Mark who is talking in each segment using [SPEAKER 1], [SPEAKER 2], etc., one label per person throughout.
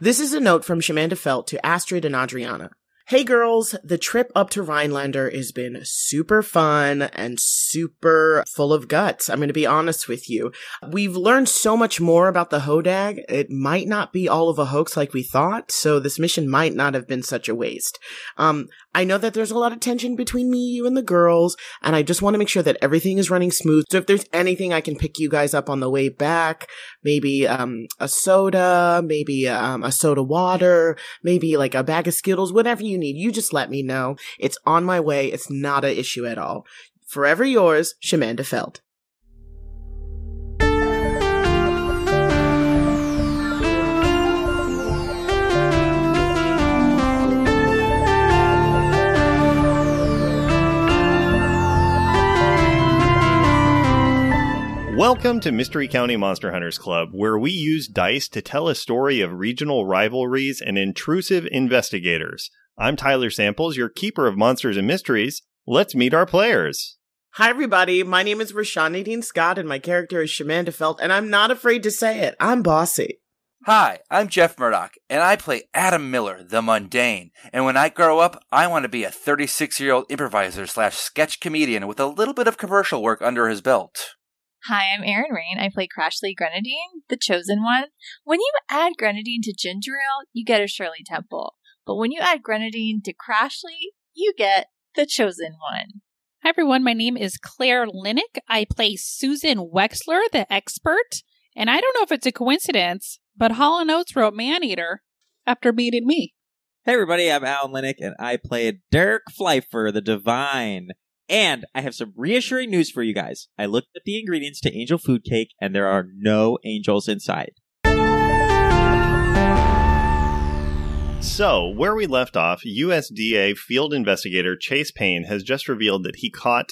[SPEAKER 1] This is a note from Shamanda Felt to Astrid and Adriana. Hey girls, the trip up to Rhinelander has been super fun and super full of guts. I'm going to be honest with you. We've learned so much more about the Hodag. It might not be all of a hoax like we thought, so this mission might not have been such a waste. Um, I know that there's a lot of tension between me, you, and the girls, and I just want to make sure that everything is running smooth. So if there's anything I can pick you guys up on the way back, maybe um, a soda, maybe um, a soda water, maybe like a bag of Skittles, whatever you need, you just let me know. It's on my way. It's not an issue at all. Forever yours, Shamanda Feld.
[SPEAKER 2] Welcome to Mystery County Monster Hunters Club, where we use dice to tell a story of regional rivalries and intrusive investigators. I'm Tyler Samples, your keeper of monsters and mysteries. Let's meet our players.
[SPEAKER 1] Hi, everybody. My name is Rashawn Dean Scott, and my character is Shamanda Felt, and I'm not afraid to say it. I'm bossy.
[SPEAKER 3] Hi, I'm Jeff Murdoch, and I play Adam Miller, the mundane. And when I grow up, I want to be a 36 year old improviser slash sketch comedian with a little bit of commercial work under his belt.
[SPEAKER 4] Hi, I'm Erin Rain. I play Crashly Grenadine, the chosen one. When you add Grenadine to ginger ale, you get a Shirley Temple. But when you add Grenadine to Crashly, you get the chosen one.
[SPEAKER 5] Hi, everyone. My name is Claire Linick. I play Susan Wexler, the expert. And I don't know if it's a coincidence, but Hall & Oates wrote Maneater after meeting me.
[SPEAKER 6] Hey everybody, I'm Alan Linick, and I played Dirk Fleifer, the Divine. And I have some reassuring news for you guys. I looked at the ingredients to Angel Food Cake, and there are no angels inside.
[SPEAKER 2] So, where we left off, USDA field investigator Chase Payne has just revealed that he caught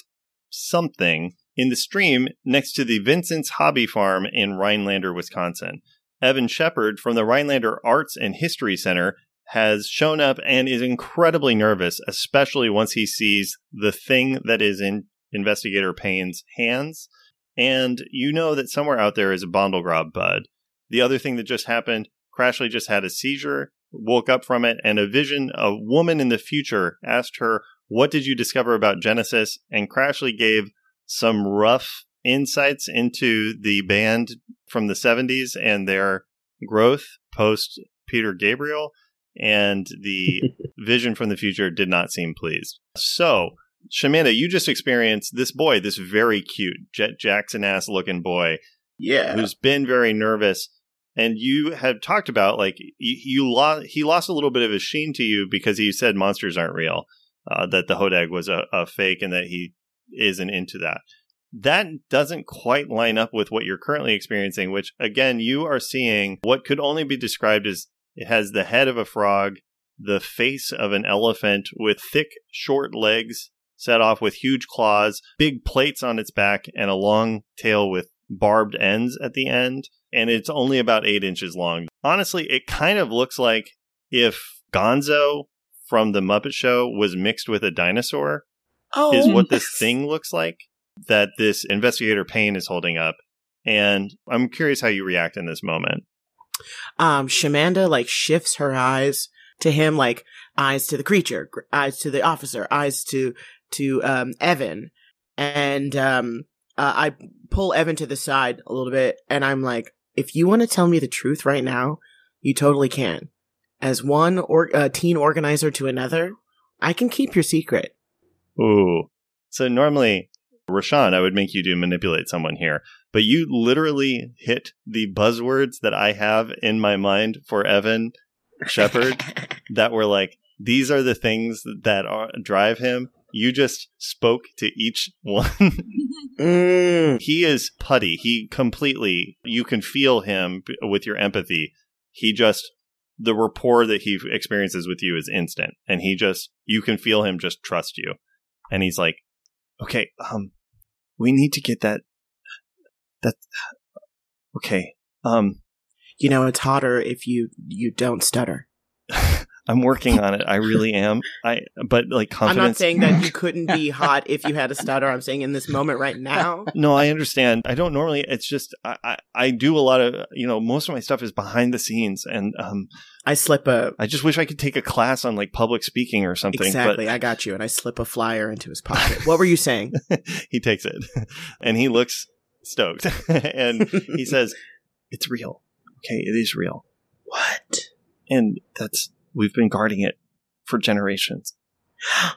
[SPEAKER 2] something in the stream next to the Vincent's Hobby Farm in Rhinelander, Wisconsin. Evan Shepard from the Rhinelander Arts and History Center has shown up and is incredibly nervous, especially once he sees the thing that is in investigator Payne's hands. And you know that somewhere out there is a Bondelgrab bud. The other thing that just happened, Crashly just had a seizure, woke up from it, and a vision, a woman in the future asked her, What did you discover about Genesis? And Crashly gave some rough insights into the band from the 70s and their growth post Peter Gabriel and the vision from the future did not seem pleased. So, Shamanda, you just experienced this boy, this very cute Jet Jackson ass looking boy
[SPEAKER 1] Yeah.
[SPEAKER 2] who's been very nervous. And you had talked about like you, you lost, he lost a little bit of his sheen to you because he said monsters aren't real, uh, that the Hodag was a, a fake, and that he isn't into that. That doesn't quite line up with what you're currently experiencing, which again, you are seeing what could only be described as it has the head of a frog, the face of an elephant with thick, short legs set off with huge claws, big plates on its back, and a long tail with barbed ends at the end. And it's only about eight inches long. Honestly, it kind of looks like if Gonzo from The Muppet Show was mixed with a dinosaur,
[SPEAKER 1] Oh,
[SPEAKER 2] is what this thing looks like that this investigator Payne is holding up. And I'm curious how you react in this moment.
[SPEAKER 1] um Shamanda like shifts her eyes to him like eyes to the creature, gr- eyes to the officer, eyes to to um Evan. And um uh, I pull Evan to the side a little bit and I'm like if you want to tell me the truth right now, you totally can. As one or uh, teen organizer to another, I can keep your secret.
[SPEAKER 2] Ooh. So normally, Rashawn, I would make you do manipulate someone here, but you literally hit the buzzwords that I have in my mind for Evan Shepard that were like, these are the things that are, drive him. You just spoke to each one.
[SPEAKER 1] Mm.
[SPEAKER 2] he is putty. He completely, you can feel him b- with your empathy. He just, the rapport that he experiences with you is instant. And he just, you can feel him just trust you. And he's like, okay, um, we need to get that, that, okay, um,
[SPEAKER 1] You know, it's hotter if you you don't stutter.
[SPEAKER 2] I'm working on it. I really am. I but like confidence.
[SPEAKER 1] I'm not saying that you couldn't be hot if you had a stutter. I'm saying in this moment right now.
[SPEAKER 2] No, I understand. I don't normally. It's just I, I, I do a lot of you know most of my stuff is behind the scenes, and um,
[SPEAKER 1] I slip a
[SPEAKER 2] I just wish I could take a class on like public speaking or something.
[SPEAKER 1] exactly. I got you, and I slip a flyer into his pocket. What were you saying?
[SPEAKER 2] But he takes it, and he looks stoked, and he says, "It's real. Okay, it is real."
[SPEAKER 1] What?
[SPEAKER 2] and that's we've been guarding it for generations.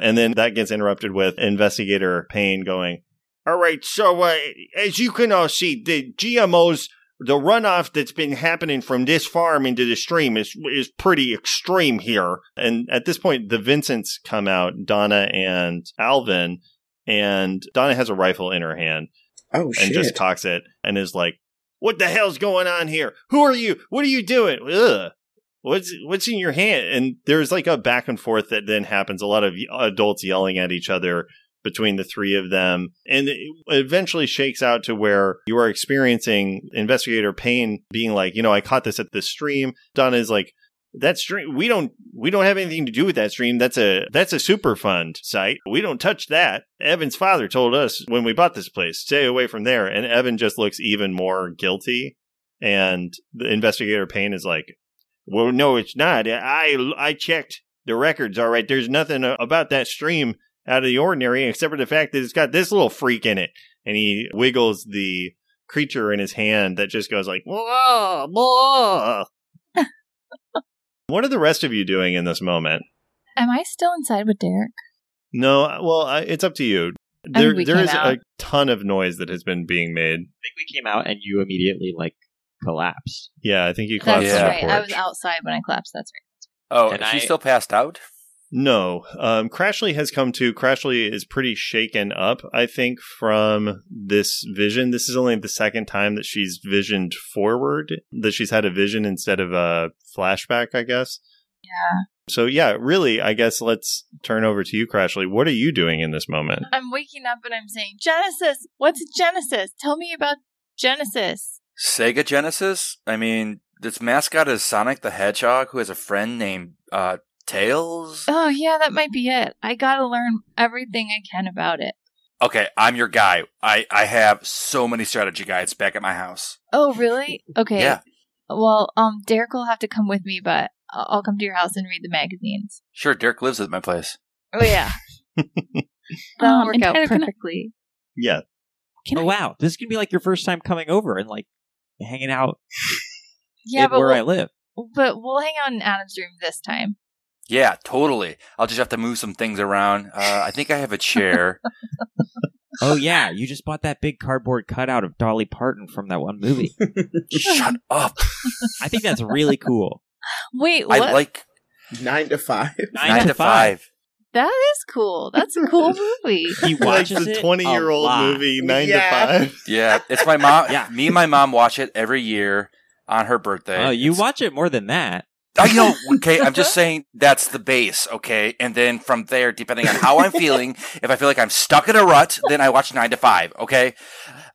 [SPEAKER 2] and then that gets interrupted with investigator Payne going, "All right, so uh, as you can all see, the GMOs, the runoff that's been happening from this farm into the stream is is pretty extreme here." And at this point, the Vincents come out, Donna and Alvin, and Donna has a rifle in her hand
[SPEAKER 1] Oh
[SPEAKER 2] and
[SPEAKER 1] shit!
[SPEAKER 2] just cocks it and is like, "What the hell's going on here? Who are you? What are you doing? Ugh. What's what's in your hand?" And there's like a back and forth that then happens. A lot of adults yelling at each other between the three of them, and it eventually shakes out to where you are experiencing investigator Payne being like, "You know, I caught this at this stream." Donna is like. That stream we don't we don't have anything to do with that stream. That's a that's a superfund site. We don't touch that. Evan's father told us when we bought this place, stay away from there. And Evan just looks even more guilty. And the investigator Payne is like, Well, no, it's not. I I checked the records. All right, there's nothing about that stream out of the ordinary except for the fact that it's got this little freak in it. And he wiggles the creature in his hand that just goes like, Whoa, whoa. What are the rest of you doing in this moment?
[SPEAKER 4] Am I still inside with Derek?
[SPEAKER 2] No, well, I, it's up to you.
[SPEAKER 4] I
[SPEAKER 2] There,
[SPEAKER 4] think we
[SPEAKER 2] there
[SPEAKER 4] came
[SPEAKER 2] is
[SPEAKER 4] out.
[SPEAKER 2] a ton of noise that has been being made.
[SPEAKER 6] think we came out and you immediately like collapsed.
[SPEAKER 2] Yeah, I think you collapsed
[SPEAKER 4] That's
[SPEAKER 2] on the
[SPEAKER 4] right. I
[SPEAKER 2] porch.
[SPEAKER 4] was outside when I collapsed. That's right.
[SPEAKER 3] Oh,
[SPEAKER 6] And
[SPEAKER 3] is she
[SPEAKER 6] I-
[SPEAKER 3] still passed out?
[SPEAKER 2] No, um, Crashly has come to. Crashly is pretty shaken up, I think, from this vision. This is only the second time that she's visioned forward, that she's had a vision instead of a flashback, I guess.
[SPEAKER 4] Yeah.
[SPEAKER 2] So, yeah, really, I guess let's turn over to you, Crashly. What are you doing in this moment?
[SPEAKER 4] I'm waking up and I'm saying, Genesis, what's Genesis? Tell me about Genesis.
[SPEAKER 3] Sega Genesis? I mean, its mascot is Sonic the Hedgehog, who has a friend named uh, Tails.
[SPEAKER 4] Oh, yeah, that might be it. I gotta learn everything I can about it.
[SPEAKER 3] Okay, I'm your guy. I, I have so many strategy guides back at my house.
[SPEAKER 4] Oh, really? Okay.
[SPEAKER 3] Yeah,
[SPEAKER 4] Well, um, Derek will have to come with me, but I- I'll come to your house and read the magazines.
[SPEAKER 3] sure. Derek lives at my place.
[SPEAKER 4] Oh, yeah. That'll
[SPEAKER 5] Um,
[SPEAKER 4] work
[SPEAKER 5] and
[SPEAKER 4] out
[SPEAKER 5] Tyler, can I-
[SPEAKER 4] perfectly.
[SPEAKER 2] Yeah.
[SPEAKER 5] Can
[SPEAKER 6] oh wow, this could be like your first time coming over and like hanging out
[SPEAKER 4] Yeah,
[SPEAKER 6] in
[SPEAKER 4] but
[SPEAKER 6] where I
[SPEAKER 4] we'll,
[SPEAKER 6] live.
[SPEAKER 4] but we'll hang out in Adam's room this time.
[SPEAKER 3] Yeah, totally. I'll just have to move some things around. Uh, I think I have a chair.
[SPEAKER 6] Oh yeah, you just bought that big cardboard cutout of Dolly Parton from that one movie.
[SPEAKER 3] Shut up.
[SPEAKER 6] I think that's really cool.
[SPEAKER 4] Wait, what?
[SPEAKER 3] I like
[SPEAKER 1] Nine to five.
[SPEAKER 6] Nine,
[SPEAKER 3] nine to five.
[SPEAKER 4] that is cool. That's a cool movie.
[SPEAKER 6] He watches
[SPEAKER 2] like the
[SPEAKER 6] it a
[SPEAKER 2] twenty-year-old
[SPEAKER 6] lot.
[SPEAKER 2] movie, nine
[SPEAKER 1] Yeah.
[SPEAKER 2] to five.
[SPEAKER 3] Yeah, it's my mom.
[SPEAKER 6] Yeah.
[SPEAKER 3] me and my mom watch it every year on her birthday.
[SPEAKER 6] Oh, you
[SPEAKER 3] It's-
[SPEAKER 6] watch it more than that.
[SPEAKER 3] I know. Okay, I'm just saying that's the base. Okay, and then from there, depending on how I'm feeling, if I feel like I'm stuck in a rut, then I watch Nine to Five. Okay,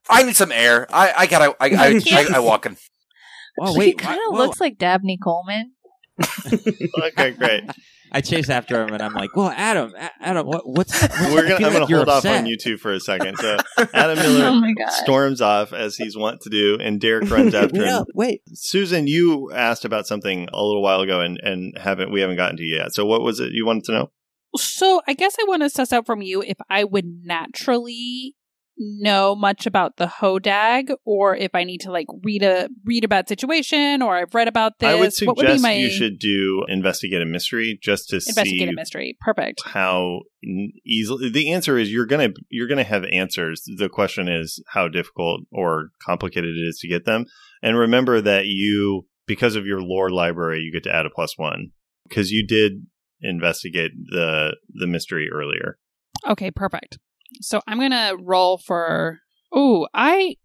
[SPEAKER 3] I need some air. I, I gotta. I I, I, I walk in.
[SPEAKER 6] Oh
[SPEAKER 4] he
[SPEAKER 6] wait,
[SPEAKER 4] kind
[SPEAKER 6] wha-
[SPEAKER 4] of
[SPEAKER 6] whoa.
[SPEAKER 4] looks like Dabney Coleman.
[SPEAKER 2] Okay, great.
[SPEAKER 6] I chase after him and I'm like, "Well, Adam, A- Adam, what, what's?" what's I
[SPEAKER 2] We're gonna,
[SPEAKER 6] feel
[SPEAKER 2] I'm
[SPEAKER 6] like
[SPEAKER 2] going to
[SPEAKER 6] you're
[SPEAKER 2] hold off
[SPEAKER 6] upset.
[SPEAKER 2] on you two for a second. So Adam
[SPEAKER 4] Oh
[SPEAKER 2] Miller
[SPEAKER 4] my god.
[SPEAKER 2] storms off as he's wont to do, and Derek runs after him.
[SPEAKER 6] No, wait.
[SPEAKER 2] Susan, you asked about something a little while ago, and and haven't we haven't gotten to yet. So what was it you wanted to know?
[SPEAKER 5] So I guess I want to suss out from you if I would naturally know much about the hodag or if I need to like read a read about situation or I've read about this.
[SPEAKER 2] I would
[SPEAKER 5] what would be
[SPEAKER 2] suggest
[SPEAKER 5] my
[SPEAKER 2] you should do investigate a mystery just to
[SPEAKER 5] investigate
[SPEAKER 2] see
[SPEAKER 5] a mystery? Perfect.
[SPEAKER 2] how n- easily the answer is you're gonna you're gonna have answers the question is how difficult or complicated it is to get them and remember that you because of your lore library you get to add a plus one because you did investigate the the mystery earlier
[SPEAKER 5] Okay, perfect. So I'm gonna roll for. Ooh, I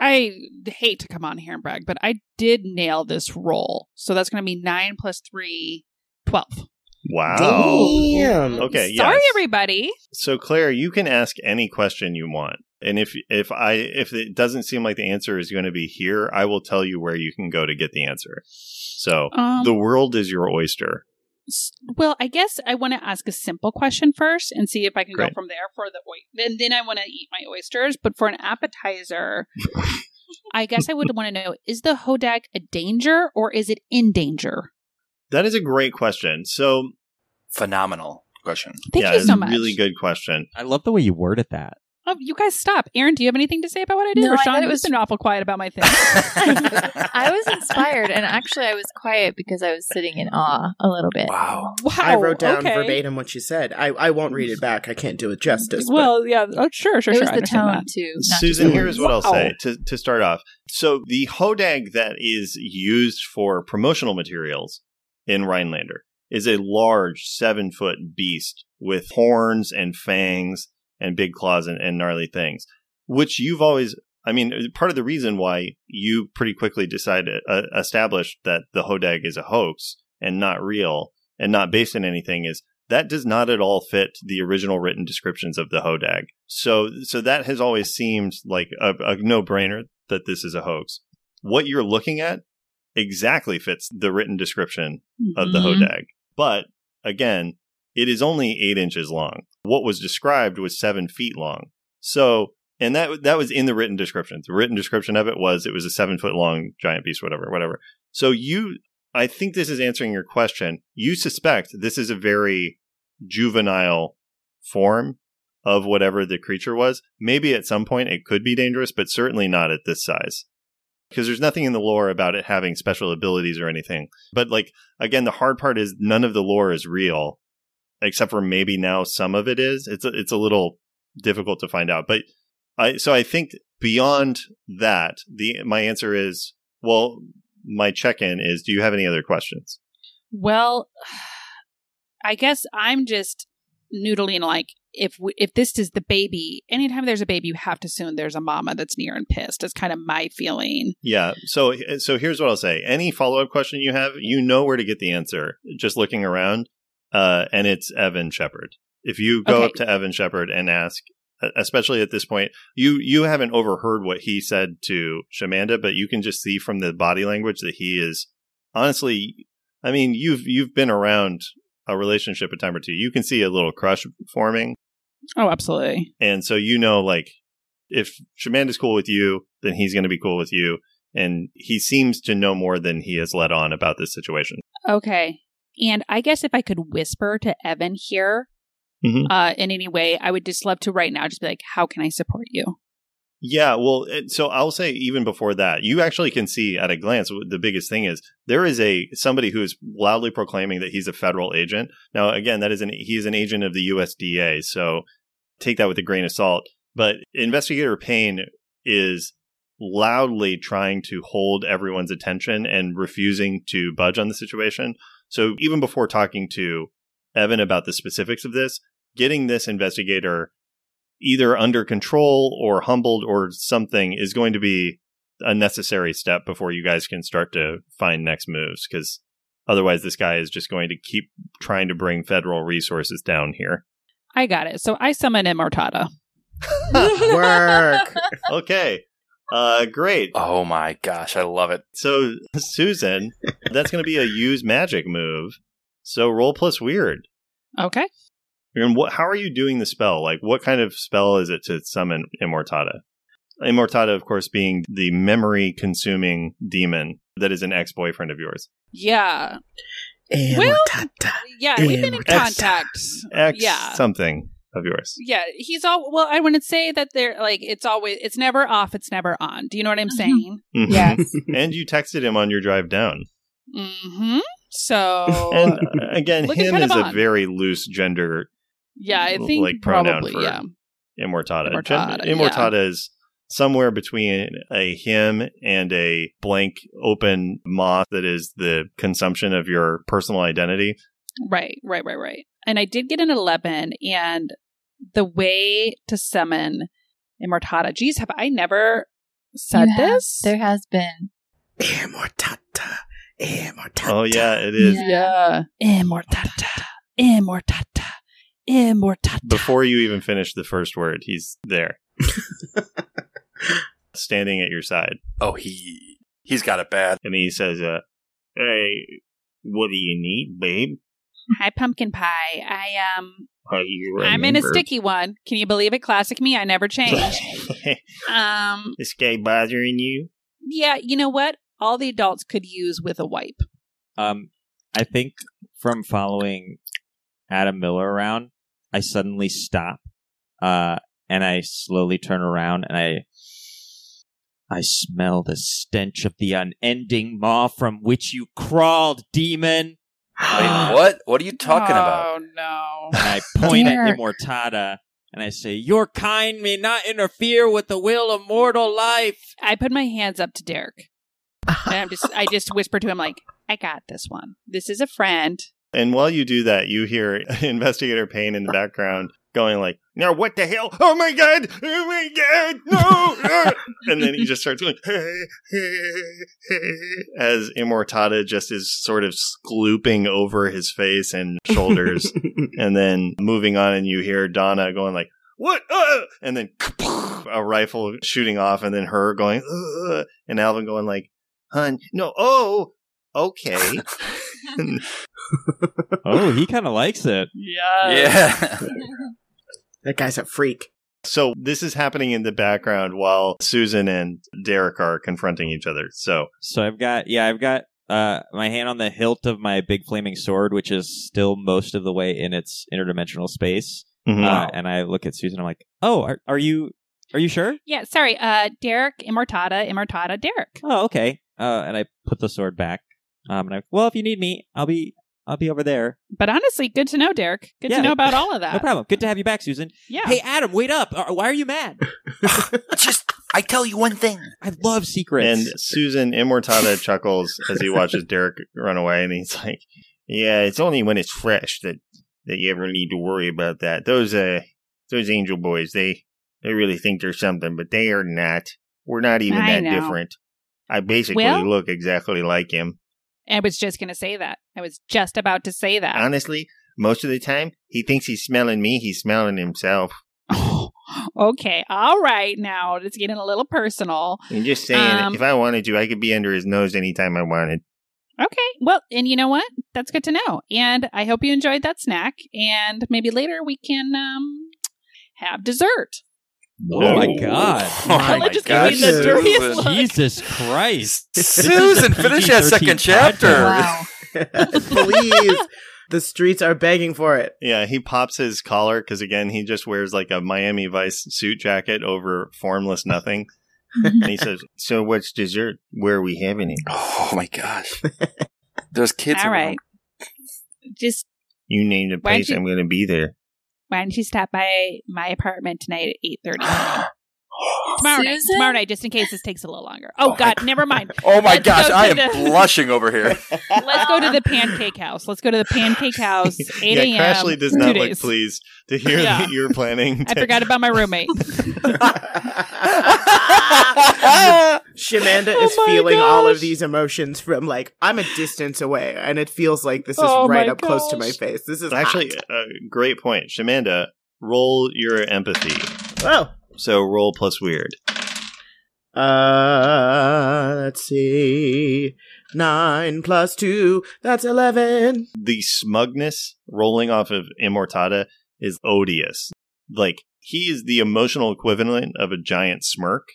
[SPEAKER 5] I hate to come on here and brag, but I did nail this roll. So that's gonna be nine plus three. 12.
[SPEAKER 2] wow
[SPEAKER 1] Damn.
[SPEAKER 2] okay
[SPEAKER 5] Sorry,
[SPEAKER 2] Oh, yes.
[SPEAKER 5] everybody.
[SPEAKER 2] so claire you can ask any question you want And if if I if it doesn't seem like the answer is going to be here, I will tell you where you can go to get the answer. So
[SPEAKER 5] Um,
[SPEAKER 2] the world is your oyster.
[SPEAKER 5] S- Well, I guess I want to ask a simple question first and see if I can go
[SPEAKER 2] Great.
[SPEAKER 5] from there for the oy- then then I want to eat my oysters, but for an appetizer, I guess I would want to know is the hodag a danger or is it in danger?
[SPEAKER 2] That is a great question. So
[SPEAKER 3] Phenomenal question.
[SPEAKER 5] Thank
[SPEAKER 2] yeah,
[SPEAKER 5] you
[SPEAKER 2] it's
[SPEAKER 5] so
[SPEAKER 2] a
[SPEAKER 5] much.
[SPEAKER 2] really good question.
[SPEAKER 6] I love the way you worded that.
[SPEAKER 5] Oh, you guys stop. Aaron, do you have anything to say about what I did?
[SPEAKER 4] No,
[SPEAKER 5] or
[SPEAKER 4] I
[SPEAKER 5] Sean,
[SPEAKER 4] thought it
[SPEAKER 5] it was
[SPEAKER 4] was-
[SPEAKER 5] been awful quiet about my thing.
[SPEAKER 4] I was inspired, and actually, I was quiet because I was sitting in awe a little bit.
[SPEAKER 3] Wow.
[SPEAKER 5] wow.
[SPEAKER 1] I wrote down
[SPEAKER 5] Oh, okay.
[SPEAKER 1] verbatim what she said. I, I won't read it back. I can't do it justice. but-
[SPEAKER 5] Well, yeah. Oh, sure, sure,
[SPEAKER 4] it was
[SPEAKER 5] sure. I
[SPEAKER 4] the
[SPEAKER 5] understand
[SPEAKER 4] tone
[SPEAKER 5] that.
[SPEAKER 4] too. not
[SPEAKER 2] Susan,
[SPEAKER 4] just the
[SPEAKER 2] here's what I'll
[SPEAKER 5] Wow.
[SPEAKER 2] say to, to start off. So the hodag that is used for promotional materials in Rhinelander is a large seven foot beast with horns and fangs and big claws and, and gnarly things, which you've always, I mean, part of the reason why you pretty quickly decided, uh, established that the hodag is a hoax and not real and not based on anything is that does not at all fit the original written descriptions of the hodag. So, so that has always seemed like a, a no brainer that this is a hoax. What you're looking at exactly fits the written description of the
[SPEAKER 5] Mhm.
[SPEAKER 2] hodag. But again, it is only eight inches long. What was described was seven feet long. So, and that that was in the written description. The written description of it was it was a seven foot long giant beast, whatever, whatever. So you, I think this is answering your question. You suspect this is a very juvenile form of whatever the creature was. Maybe at some point it could be dangerous, but certainly not at this size. Because there's nothing in the lore about it having special abilities or anything. But like again, the hard part is none of the lore is real, except for maybe now some of it is. It's a, it's a little difficult to find out. But I so I think beyond that, the my answer is well, my check in is do you have any other questions?
[SPEAKER 5] Mm-hmm. Well, I guess I'm just noodling like if we, if this is the baby, anytime there's a baby, you have to assume there's a mama that's near and pissed. That's kind of my feeling.
[SPEAKER 2] Yeah. So eh, so here's what I'll say. Any follow up question you have, you know where to get the answer. Just looking around, uh, and it's Evan Shepard. If you go
[SPEAKER 5] Okay.
[SPEAKER 2] up to Evan Shepard and ask, e, especially at this point, you you haven't overheard what he said to Shamanda, but you can just see from the body language that he is honestly. I mean, you've you've been around a relationship a time or two. You can see a little crush forming.
[SPEAKER 5] Oh, absolutely.
[SPEAKER 2] And so you know, like, if Shamanda's cool with you, then he's going to be cool with you. And he seems to know more than he has let on about this situation.
[SPEAKER 5] Okay. And I guess if I could whisper to Evan here
[SPEAKER 2] Mhm.
[SPEAKER 5] uh, in any way, I would just love to right now just be like, how can I support you?
[SPEAKER 2] Yeah, well, it- so I'll say even before that, you actually can see at a glance what the biggest thing is there is a somebody who is loudly proclaiming that he's a federal agent. Now, again, that is an he is an agent of the USDA, so take that with a grain of salt. But Investigator Payne is loudly trying to hold everyone's attention and refusing to budge on the situation. So even before talking to Evan about the specifics of this, getting this investigator either under control or humbled or something is going to be a necessary step before you guys can start to find next moves because otherwise this guy is just going to keep trying to bring federal resources down here
[SPEAKER 5] I got it. So I summon Immortata.
[SPEAKER 1] Work.
[SPEAKER 2] okay uh great
[SPEAKER 3] Oh my gosh, I love it.
[SPEAKER 2] so susan that's going to be a use magic move so roll plus weird
[SPEAKER 5] Okay.
[SPEAKER 2] and what how are you doing the spell like what kind of spell is it to summon immortata immortata of course being the memory consuming demon that is an ex-boyfriend of yours
[SPEAKER 5] Yeah.
[SPEAKER 1] Eh,
[SPEAKER 5] Well-
[SPEAKER 1] Immortata.
[SPEAKER 5] Yeah. We've been in
[SPEAKER 1] Immortata.
[SPEAKER 5] contact.
[SPEAKER 2] X
[SPEAKER 5] Yeah.
[SPEAKER 2] something of yours.
[SPEAKER 5] yeah he's all well i wouldn't say that they're like it's always it's never off it's never on do you know what i'm
[SPEAKER 4] Mhm.
[SPEAKER 5] saying
[SPEAKER 2] Mhm.
[SPEAKER 4] yes.
[SPEAKER 2] and you texted him on your drive down.
[SPEAKER 5] mm-hmm so
[SPEAKER 2] And uh, again,
[SPEAKER 5] Looking
[SPEAKER 2] him
[SPEAKER 5] kind of
[SPEAKER 2] is a
[SPEAKER 5] on.
[SPEAKER 2] very loose gender
[SPEAKER 5] yeah i think
[SPEAKER 2] like pronoun
[SPEAKER 5] probably
[SPEAKER 2] for-
[SPEAKER 5] yeah
[SPEAKER 2] immortata.
[SPEAKER 5] Immortata,
[SPEAKER 2] Gen- immortata is somewhere between a him and a blank open moth that is the consumption of your personal identity.
[SPEAKER 5] right right right right and i did get an 11 and the way to summon immortata geez have i never said
[SPEAKER 4] You have.
[SPEAKER 5] this
[SPEAKER 4] There has been.
[SPEAKER 1] Eh, Immortata. Immortata.
[SPEAKER 2] Oh yeah, it is.
[SPEAKER 4] Yeah.
[SPEAKER 5] yeah immortata immortata immortata
[SPEAKER 2] Before you even finish the first word, he's there. standing at your side.
[SPEAKER 3] Oh, he he's got it bad.
[SPEAKER 2] And he says, uh, Hey, what do you need, babe?
[SPEAKER 5] Hi, pumpkin pie. I um,
[SPEAKER 2] Are you
[SPEAKER 5] I'm in a
[SPEAKER 2] remember?"
[SPEAKER 5] sticky one. Can you believe it? Classic me. I never change. um,
[SPEAKER 2] this guy bothering you?
[SPEAKER 5] yeah, you know what? All the adults could use with a wipe.
[SPEAKER 6] Um, I think from following Adam Miller around, I suddenly stop, uh, and I slowly turn around, and I, I smell the stench of the unending maw from which you crawled, demon.
[SPEAKER 3] Wait, what? What are you talking
[SPEAKER 6] Ah.
[SPEAKER 3] about?
[SPEAKER 5] Oh no.
[SPEAKER 6] And I point at
[SPEAKER 4] Derek.
[SPEAKER 6] Immortata, and I say, "Your kind may not interfere with the will of mortal life."
[SPEAKER 5] I put my hands up to Derek, and I'm just I just whisper to him like, "I got this one. This is a friend."
[SPEAKER 2] And while you do that, you hear Investigator Payne in the background going like, "Now what the hell? Oh my god! Oh my god! No!" ah!" and then he just starts going as Immortata just is sort of glooping over his face and shoulders, and then moving on. And you hear Donna going like, "What?" Uh? And then a rifle shooting off, and then her going, "Ugh," and Alvin going like, "Hun, no, oh." Okay.
[SPEAKER 6] oh, he kind of likes it.
[SPEAKER 5] Yeah.
[SPEAKER 3] Yeah.
[SPEAKER 1] That guy's a freak.
[SPEAKER 2] So this is happening in the background while Susan and Derek are confronting each other. So
[SPEAKER 6] So I've got yeah, I've got uh my hand on the hilt of my big flaming sword, which is still most of the way in its interdimensional space. Uh, and I look at Susan. I'm like, oh, are, are you are you sure?
[SPEAKER 5] Yeah. Sorry. Uh, Derek Immortata Immortata Derek.
[SPEAKER 6] Oh, okay. Uh, and I put the sword back. Um, and I well, if you need me, I'll be I'll be over there.
[SPEAKER 5] But honestly, good to know Derek. Good
[SPEAKER 6] Yeah.
[SPEAKER 5] to know about all of that.
[SPEAKER 6] No problem. Good to have you back, Susan.
[SPEAKER 5] Uh, Yeah.
[SPEAKER 6] Hey, Adam, wait up. Uh, Why are you mad?
[SPEAKER 3] Just I tell you one thing.
[SPEAKER 6] I love secrets.
[SPEAKER 2] and Susan Immortata chuckles as he watches Derek run away, and he's like, "Yeah, it's only when it's fresh that that you ever need to worry about that. Those uh, those angel boys, they they really think they're something, but they are not. We're not even
[SPEAKER 5] I
[SPEAKER 2] that
[SPEAKER 5] know.
[SPEAKER 2] different. I basically
[SPEAKER 5] Well-
[SPEAKER 2] look exactly like him.
[SPEAKER 5] I was just gonna say that. I was just about to say that.
[SPEAKER 2] Honestly, most of the time, he thinks he's smelling me. He's smelling himself."
[SPEAKER 5] okay. All right. Now it's getting a little personal.
[SPEAKER 2] I'm just saying,
[SPEAKER 5] Um,
[SPEAKER 2] if I wanted to, I could be under his nose anytime I wanted.
[SPEAKER 5] Okay. Well, and you know what? That's good to know. And I hope you enjoyed that snack. And maybe later we can um have dessert.
[SPEAKER 6] oh my God.
[SPEAKER 1] my
[SPEAKER 5] Ella just gave me the
[SPEAKER 1] gosh.
[SPEAKER 5] dirtiest look.
[SPEAKER 6] Jesus Christ.
[SPEAKER 3] Susan, finish that second chapter.
[SPEAKER 5] Wow.
[SPEAKER 1] Please. The streets are begging for it.
[SPEAKER 2] Yeah, he pops his collar because again, he just wears like a Miami Vice suit jacket over formless nothing, and he says, "So what's dessert? Where are we having it?
[SPEAKER 3] Oh my gosh. There's kids
[SPEAKER 5] All
[SPEAKER 3] around.
[SPEAKER 5] right. Just
[SPEAKER 2] You name the
[SPEAKER 5] Why don't
[SPEAKER 2] place,
[SPEAKER 5] you-
[SPEAKER 2] I'm going to be there."
[SPEAKER 5] why don't you stop by my apartment tonight at eight thirty? Tomorrow night.
[SPEAKER 4] Susan?
[SPEAKER 5] Tomorrow night, just in case this takes a little longer. Oh,
[SPEAKER 3] Oh my
[SPEAKER 5] God, never mind.
[SPEAKER 3] Oh my
[SPEAKER 5] Let's
[SPEAKER 3] gosh,
[SPEAKER 5] go
[SPEAKER 3] I
[SPEAKER 5] to
[SPEAKER 3] am
[SPEAKER 5] the-
[SPEAKER 3] blushing over here.
[SPEAKER 5] Let's go to the pancake house. Let's go to the pancake house. Eight
[SPEAKER 2] yeah,
[SPEAKER 5] a.m.
[SPEAKER 2] Crashly does
[SPEAKER 5] two
[SPEAKER 2] not look
[SPEAKER 5] days.
[SPEAKER 2] pleased to hear
[SPEAKER 5] Yeah.
[SPEAKER 2] that you're planning.
[SPEAKER 5] I
[SPEAKER 2] to-
[SPEAKER 5] forgot about my roommate.
[SPEAKER 1] Shamanda
[SPEAKER 5] Oh
[SPEAKER 1] is
[SPEAKER 5] my
[SPEAKER 1] feeling all
[SPEAKER 5] gosh.
[SPEAKER 1] of these emotions from like I'm a distance away, and it feels like this is
[SPEAKER 5] Oh
[SPEAKER 1] right
[SPEAKER 5] my
[SPEAKER 1] up close to
[SPEAKER 5] gosh.
[SPEAKER 1] my face. This is
[SPEAKER 2] Actually,
[SPEAKER 1] hot.
[SPEAKER 2] a great point, Shamanda. Roll your empathy.
[SPEAKER 1] Oh,
[SPEAKER 2] So roll plus weird.
[SPEAKER 1] Uh, let's see. Nine plus two, that's eleven.
[SPEAKER 2] the smugness rolling off of Immortata is odious. Like he is the emotional equivalent of a giant smirk.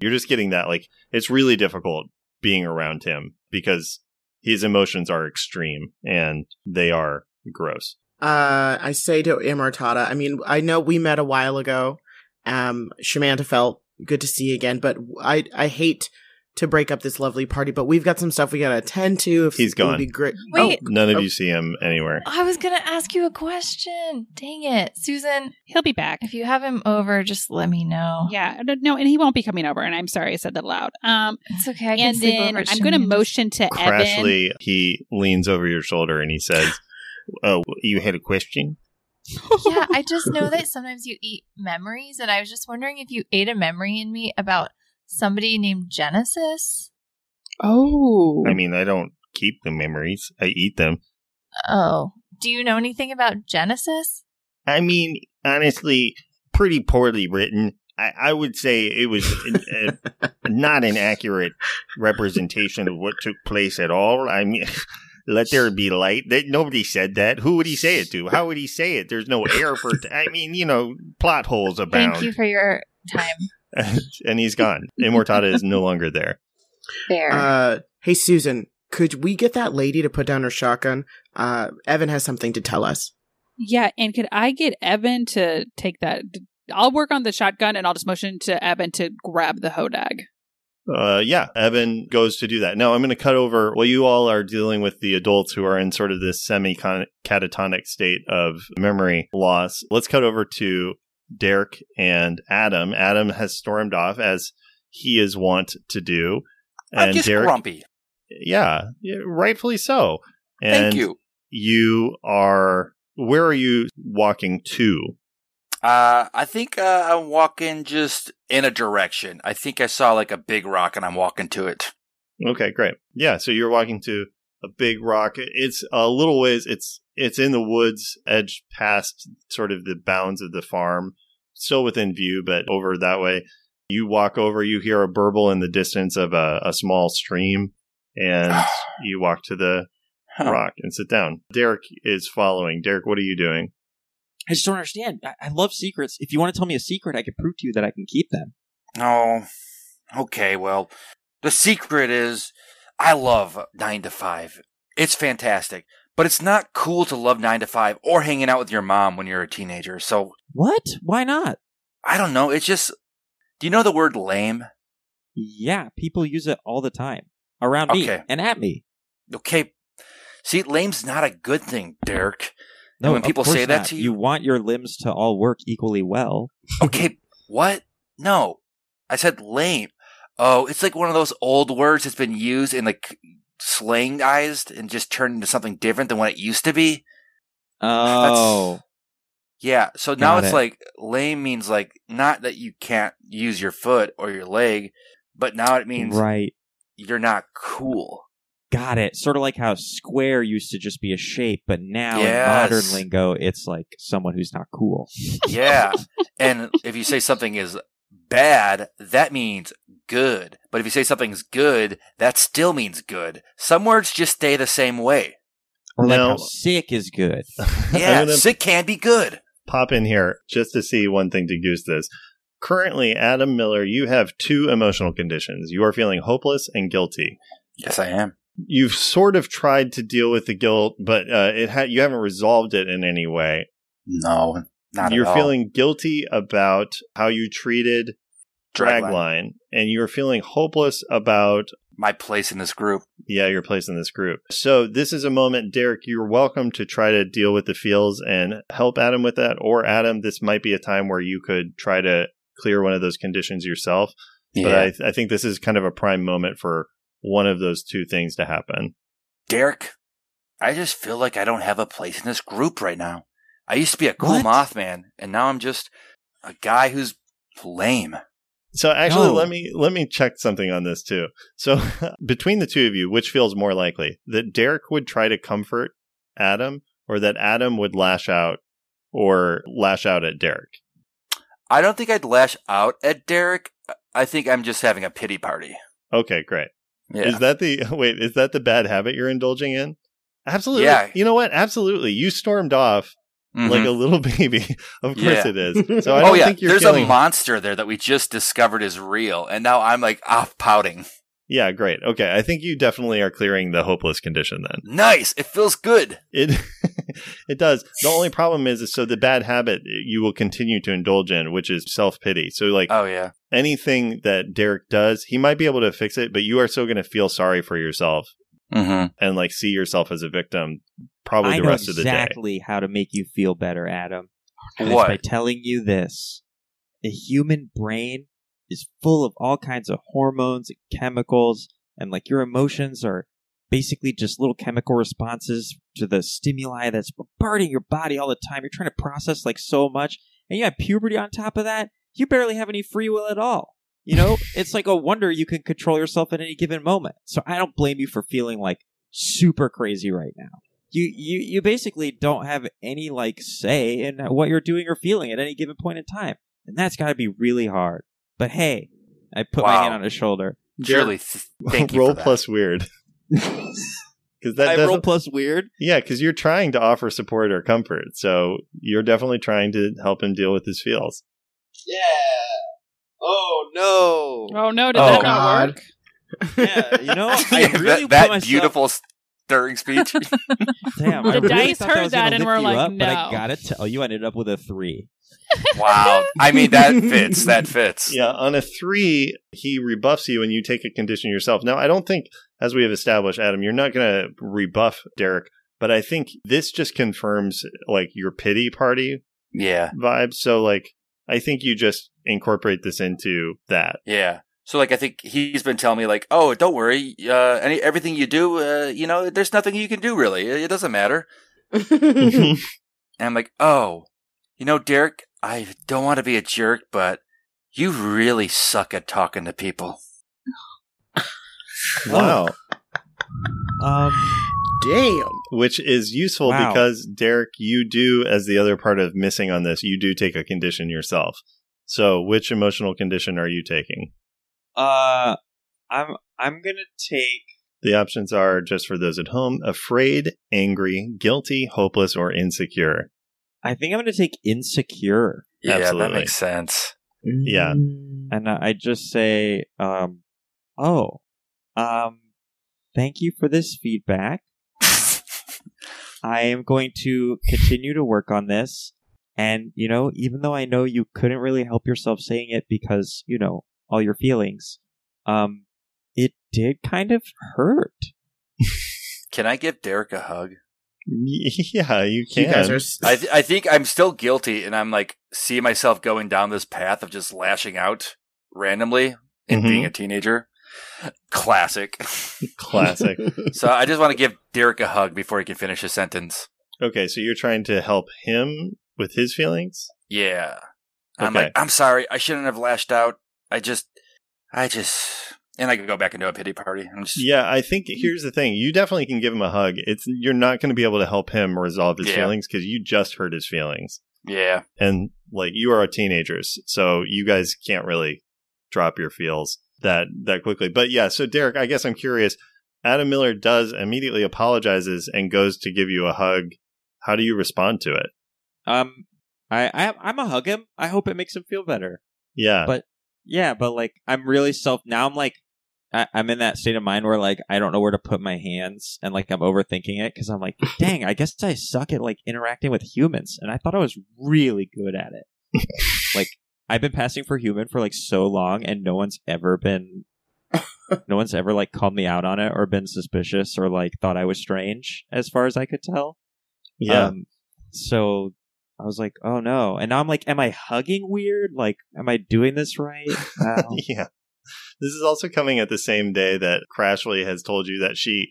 [SPEAKER 2] You're just getting that. Like it's really difficult being around him because his emotions are extreme and they are gross.
[SPEAKER 1] Uh, I say to Immortata, I mean, I know we met a while ago. Um, Shamanta felt good to see you again, but I I hate to break up this lovely party, but we've got some stuff we gotta attend to. If
[SPEAKER 2] He's
[SPEAKER 1] it would
[SPEAKER 2] gone.
[SPEAKER 1] Be great.
[SPEAKER 4] Wait.
[SPEAKER 2] None of
[SPEAKER 1] Oh.
[SPEAKER 2] you see him anywhere.
[SPEAKER 4] I was going to ask you a question. Dang it. Susan,
[SPEAKER 5] He'll be back.
[SPEAKER 4] if you have him over, just let me know.
[SPEAKER 2] Oh.
[SPEAKER 5] Yeah, no, no, and he won't be coming over. And I'm sorry I said that aloud. Um,
[SPEAKER 4] It's okay. I can
[SPEAKER 5] and
[SPEAKER 4] sleep
[SPEAKER 5] then
[SPEAKER 4] over at
[SPEAKER 5] I'm going to
[SPEAKER 4] Shamanda's.
[SPEAKER 5] motion to Evan.
[SPEAKER 2] Crashly, he leans over your shoulder and he says, "Oh, you had a question?
[SPEAKER 4] yeah, I just know that sometimes you eat memories, and I was just wondering if you ate a memory in me about somebody named Genesis.
[SPEAKER 5] Oh,
[SPEAKER 2] I mean, I don't keep the memories; I eat them."
[SPEAKER 4] Oh, do you know anything about Genesis?
[SPEAKER 2] I mean, honestly, pretty poorly written. I, I would say it was an, a, not an accurate representation of what took place at all. I mean, let there be light. That nobody said that. Who would he say it to? How would he say it? There's no air for. it to- I mean, you know, plot holes abound.
[SPEAKER 4] Thank you for your time.
[SPEAKER 2] and he's gone. Immortata is no longer there.
[SPEAKER 4] There.
[SPEAKER 1] Uh, hey, Susan, could we get that lady to put down her shotgun? Uh, Evan has something to tell us.
[SPEAKER 5] Yeah, and could I get Evan to take that? I'll work on the shotgun and I'll just motion to Evan to grab the hodag.
[SPEAKER 2] Uh, yeah, Evan goes to do that. Now I'm going to cut over while you all are dealing with the adults who are in sort of this semi catatonic state of memory loss. Let's cut over to Derek and Adam. Adam has stormed off as he is wont to do.
[SPEAKER 3] I'm just grumpy.
[SPEAKER 2] yeah, yeah, rightfully so. And
[SPEAKER 3] Thank you.
[SPEAKER 2] You are. Where are you walking to?
[SPEAKER 3] Uh, I think uh, I'm walking just in a direction. I think I saw like a big rock and I'm walking to it.
[SPEAKER 2] Okay, great. Yeah, so you're walking to a big rock. It's a little ways. It's it's in the woods, edge past sort of the bounds of the farm, still within view, but over that way. You walk over. You hear a burble in the distance of a, a small stream, and you walk to the
[SPEAKER 3] Huh.
[SPEAKER 2] rock and sit down. Derek is following. Derek, what are you doing?
[SPEAKER 6] I just don't understand. I, I love secrets. If you want to tell me a secret, I can prove to you that I can keep them.
[SPEAKER 3] Oh, okay. Well, the secret is I love nine to five. It's fantastic, but it's not cool to love nine to five or hanging out with your mom when you're a teenager. So
[SPEAKER 6] What? Why not?
[SPEAKER 3] I don't know. It's just, do you know the word lame?
[SPEAKER 6] Yeah, people use it all the time around me
[SPEAKER 3] Okay.
[SPEAKER 6] and at me.
[SPEAKER 3] Okay. See, lame's not a good thing, Derek.
[SPEAKER 6] No,
[SPEAKER 3] when
[SPEAKER 6] of
[SPEAKER 3] people
[SPEAKER 6] course
[SPEAKER 3] say that
[SPEAKER 6] not.
[SPEAKER 3] to you-
[SPEAKER 6] you want your limbs to all work equally well.
[SPEAKER 3] Okay, what? No, I said lame. Oh, it's like one of those old words that's been used and like slangized and just turned into something different than what it used to be.
[SPEAKER 6] Oh,
[SPEAKER 3] Yeah, so now
[SPEAKER 6] Got
[SPEAKER 3] it's
[SPEAKER 6] it.
[SPEAKER 3] like lame means like not that you can't use your foot or your leg, but now it means
[SPEAKER 6] right.
[SPEAKER 3] you're not cool.
[SPEAKER 6] Got it. Sort of like how square used to just be a shape, but now
[SPEAKER 3] Yes.
[SPEAKER 6] in modern lingo, it's like someone who's not cool.
[SPEAKER 3] Yeah. and if you say something is bad, that means good. But if you say something's good, that still means good. Some words just stay the same way.
[SPEAKER 6] Or like
[SPEAKER 2] No.
[SPEAKER 6] how sick is good.
[SPEAKER 3] Yeah,
[SPEAKER 2] I'm gonna-
[SPEAKER 3] sick can be good.
[SPEAKER 2] pop in here just to see one thing to goose this. Currently, Adam Miller, you have two emotional conditions. You are feeling hopeless and guilty.
[SPEAKER 3] Yes, I am.
[SPEAKER 2] You've sort of tried to deal with the guilt, but uh, it ha- you haven't resolved it in any way.
[SPEAKER 3] No, not
[SPEAKER 2] you're
[SPEAKER 3] at all.
[SPEAKER 2] feeling guilty about how you treated
[SPEAKER 3] Dragline.
[SPEAKER 2] Dragline, and you're feeling hopeless about
[SPEAKER 3] my place in this group.
[SPEAKER 2] yeah, your place in this group. So this is a moment, Derek. You're welcome to try to deal with the feels and help Adam with that. Or Adam, this might be a time where you could try to clear one of those conditions yourself. But I, I think this is kind of a prime moment for one of those two things to happen.
[SPEAKER 3] Derek, I just feel like I don't have a place in this group right now. I used to be a cool
[SPEAKER 6] What?
[SPEAKER 3] Mothman, and now I'm just a guy who's lame.
[SPEAKER 2] So actually,
[SPEAKER 6] No.
[SPEAKER 2] let me let me check something on this too. So between the two of you, which feels more likely that Derek would try to comfort Adam, or that Adam would lash out or lash out at Derek?
[SPEAKER 3] I don't think I'd lash out at Derek. I think I'm just having a pity party.
[SPEAKER 2] Okay, great.
[SPEAKER 3] Yeah.
[SPEAKER 2] Is that the wait? Is that the bad habit you're indulging in? Absolutely.
[SPEAKER 3] Yeah.
[SPEAKER 2] You know what? Absolutely. You stormed off
[SPEAKER 3] Mhm.
[SPEAKER 2] like a little baby. of course
[SPEAKER 3] Yeah.
[SPEAKER 2] it is. So I don't
[SPEAKER 3] oh yeah,
[SPEAKER 2] think you're
[SPEAKER 3] there's
[SPEAKER 2] feeling.
[SPEAKER 3] a monster there that we just discovered is real, and now I'm like off pouting.
[SPEAKER 2] yeah, great. Okay, I think you definitely are clearing the hopeless condition. Then
[SPEAKER 3] Nice, it feels good.
[SPEAKER 2] it it does. The only problem is, is so the bad habit you will continue to indulge in, which is self pity. So like
[SPEAKER 3] Oh yeah,
[SPEAKER 2] anything that Derek does, he might be able to fix it, but you are still going to feel sorry for yourself
[SPEAKER 3] mm-hmm.
[SPEAKER 2] and like see yourself as a victim probably
[SPEAKER 6] I
[SPEAKER 2] the
[SPEAKER 6] know
[SPEAKER 2] rest of the day.
[SPEAKER 6] exactly how to make you feel better, Adam. And
[SPEAKER 3] What?
[SPEAKER 6] It's by telling you this. The human brain is full of all kinds of hormones and chemicals, and like your emotions are basically just little chemical responses to the stimuli that's bombarding your body all the time. You're trying to process like so much, and you have puberty on top of that. You barely have any free will at all. You know, it's like a wonder you can control yourself at any given moment. So I don't blame you for feeling like super crazy right now you you you basically don't have any like say in what you're doing or feeling at any given point in time. And that's got to be really hard. But hey, I put my
[SPEAKER 3] Wow.
[SPEAKER 6] hand on his shoulder.
[SPEAKER 3] Surely, th- thank you.
[SPEAKER 2] roll
[SPEAKER 3] for that.
[SPEAKER 2] plus weird. Because that
[SPEAKER 6] I
[SPEAKER 2] doesn't.
[SPEAKER 6] roll plus weird.
[SPEAKER 2] yeah, because you're trying to offer support or comfort, so you're definitely trying to help him deal with his feels.
[SPEAKER 7] Yeah. Oh no.
[SPEAKER 5] Oh no, did
[SPEAKER 3] Oh,
[SPEAKER 5] that
[SPEAKER 1] God.
[SPEAKER 5] not work?
[SPEAKER 6] Yeah, you know, I
[SPEAKER 3] Yeah,
[SPEAKER 6] really
[SPEAKER 3] that
[SPEAKER 6] put
[SPEAKER 3] that
[SPEAKER 6] myself-
[SPEAKER 3] beautiful stirring speech.
[SPEAKER 6] Damn, I
[SPEAKER 5] The
[SPEAKER 6] really
[SPEAKER 5] dice
[SPEAKER 6] thought that
[SPEAKER 5] heard
[SPEAKER 6] was gonna
[SPEAKER 5] that and
[SPEAKER 6] lift
[SPEAKER 5] were
[SPEAKER 6] you
[SPEAKER 5] like,
[SPEAKER 6] up, But I
[SPEAKER 5] no.
[SPEAKER 6] gotta tell you, I ended up with a three.
[SPEAKER 3] wow. I mean, that fits. That fits.
[SPEAKER 2] Yeah, on a three, he rebuffs you and you take a condition yourself. Now, I don't think, as we have established, Adam, you're not going to rebuff Derek, but I think this just confirms like your pity party
[SPEAKER 3] Yeah.
[SPEAKER 2] vibe. So, like, I think you just incorporate this into that.
[SPEAKER 3] Yeah. So like I think he's been telling me like, oh, don't worry, uh, any everything you do, uh, you know, there's nothing you can do really. It, it doesn't matter. And I'm like, oh, you know, Derek, I don't want to be a jerk, but you really suck at talking to people.
[SPEAKER 2] wow.
[SPEAKER 6] Um,
[SPEAKER 1] Damn.
[SPEAKER 2] Which is useful
[SPEAKER 6] Wow.
[SPEAKER 2] because, Derek, you do, as the other part of missing on this, you do take a condition yourself. So, which emotional condition are you taking?
[SPEAKER 6] uh, I'm I'm gonna take.
[SPEAKER 2] The options are just for those at home afraid, angry, guilty, hopeless, or insecure.
[SPEAKER 6] I think I'm gonna take insecure,
[SPEAKER 3] Yeah, that
[SPEAKER 2] Absolutely.
[SPEAKER 3] makes sense.
[SPEAKER 2] Yeah.
[SPEAKER 6] and I just say, um, oh, um, thank you for this feedback. I am going to continue to work on this. And, you know, even though I know you couldn't really help yourself saying it because, you know, all your feelings, um, it did kind of hurt.
[SPEAKER 3] Can I give Derek a hug?
[SPEAKER 2] Y- Yeah, you
[SPEAKER 1] You
[SPEAKER 2] can.
[SPEAKER 1] guys are. s-
[SPEAKER 3] I th- I think I'm still guilty, and I'm like see myself going down this path of just lashing out randomly and
[SPEAKER 2] Mhm.
[SPEAKER 3] being a teenager. Classic.
[SPEAKER 2] Classic.
[SPEAKER 3] so I just want to give Derek a hug before he can finish his sentence.
[SPEAKER 2] okay, so you're trying to help him with his feelings?
[SPEAKER 3] Yeah. I'm
[SPEAKER 2] Okay.
[SPEAKER 3] like, I'm sorry, I shouldn't have lashed out. I just, I just, and I could go back into a pity party. I'm just,
[SPEAKER 2] Yeah, I think
[SPEAKER 1] Mm-hmm.
[SPEAKER 2] here's the thing. You definitely can give him a hug. It's you're not going to be able to help him resolve his
[SPEAKER 3] Yeah.
[SPEAKER 2] feelings cuz you just hurt his feelings.
[SPEAKER 3] yeah,
[SPEAKER 2] And like you are teenagers, so you guys can't really drop your feels that that quickly. But yeah, so Derek, I guess I'm curious. Adam Miller does immediately apologizes and goes to give you a hug. How do you respond to it?
[SPEAKER 6] Um, I, I, I'm going to hug him. I hope it makes him feel better.
[SPEAKER 2] Yeah.
[SPEAKER 6] But- Yeah, but like, I'm really self, now I'm like, I, I'm in that state of mind where like, I don't know where to put my hands and like, I'm overthinking it because I'm like, dang, I guess I suck at like interacting with humans. And I thought I was really good at it. like I've been passing for human for like so long, and no one's ever been, no one's ever like called me out on it or been suspicious or like thought I was strange, as far as I could tell.
[SPEAKER 2] yeah.
[SPEAKER 1] uh,
[SPEAKER 6] Um, so I was like, oh no, and now I'm like, am I hugging weird? Like, am I doing this right? Uh,
[SPEAKER 2] yeah. This is also coming at the same day that Crashly has told you that she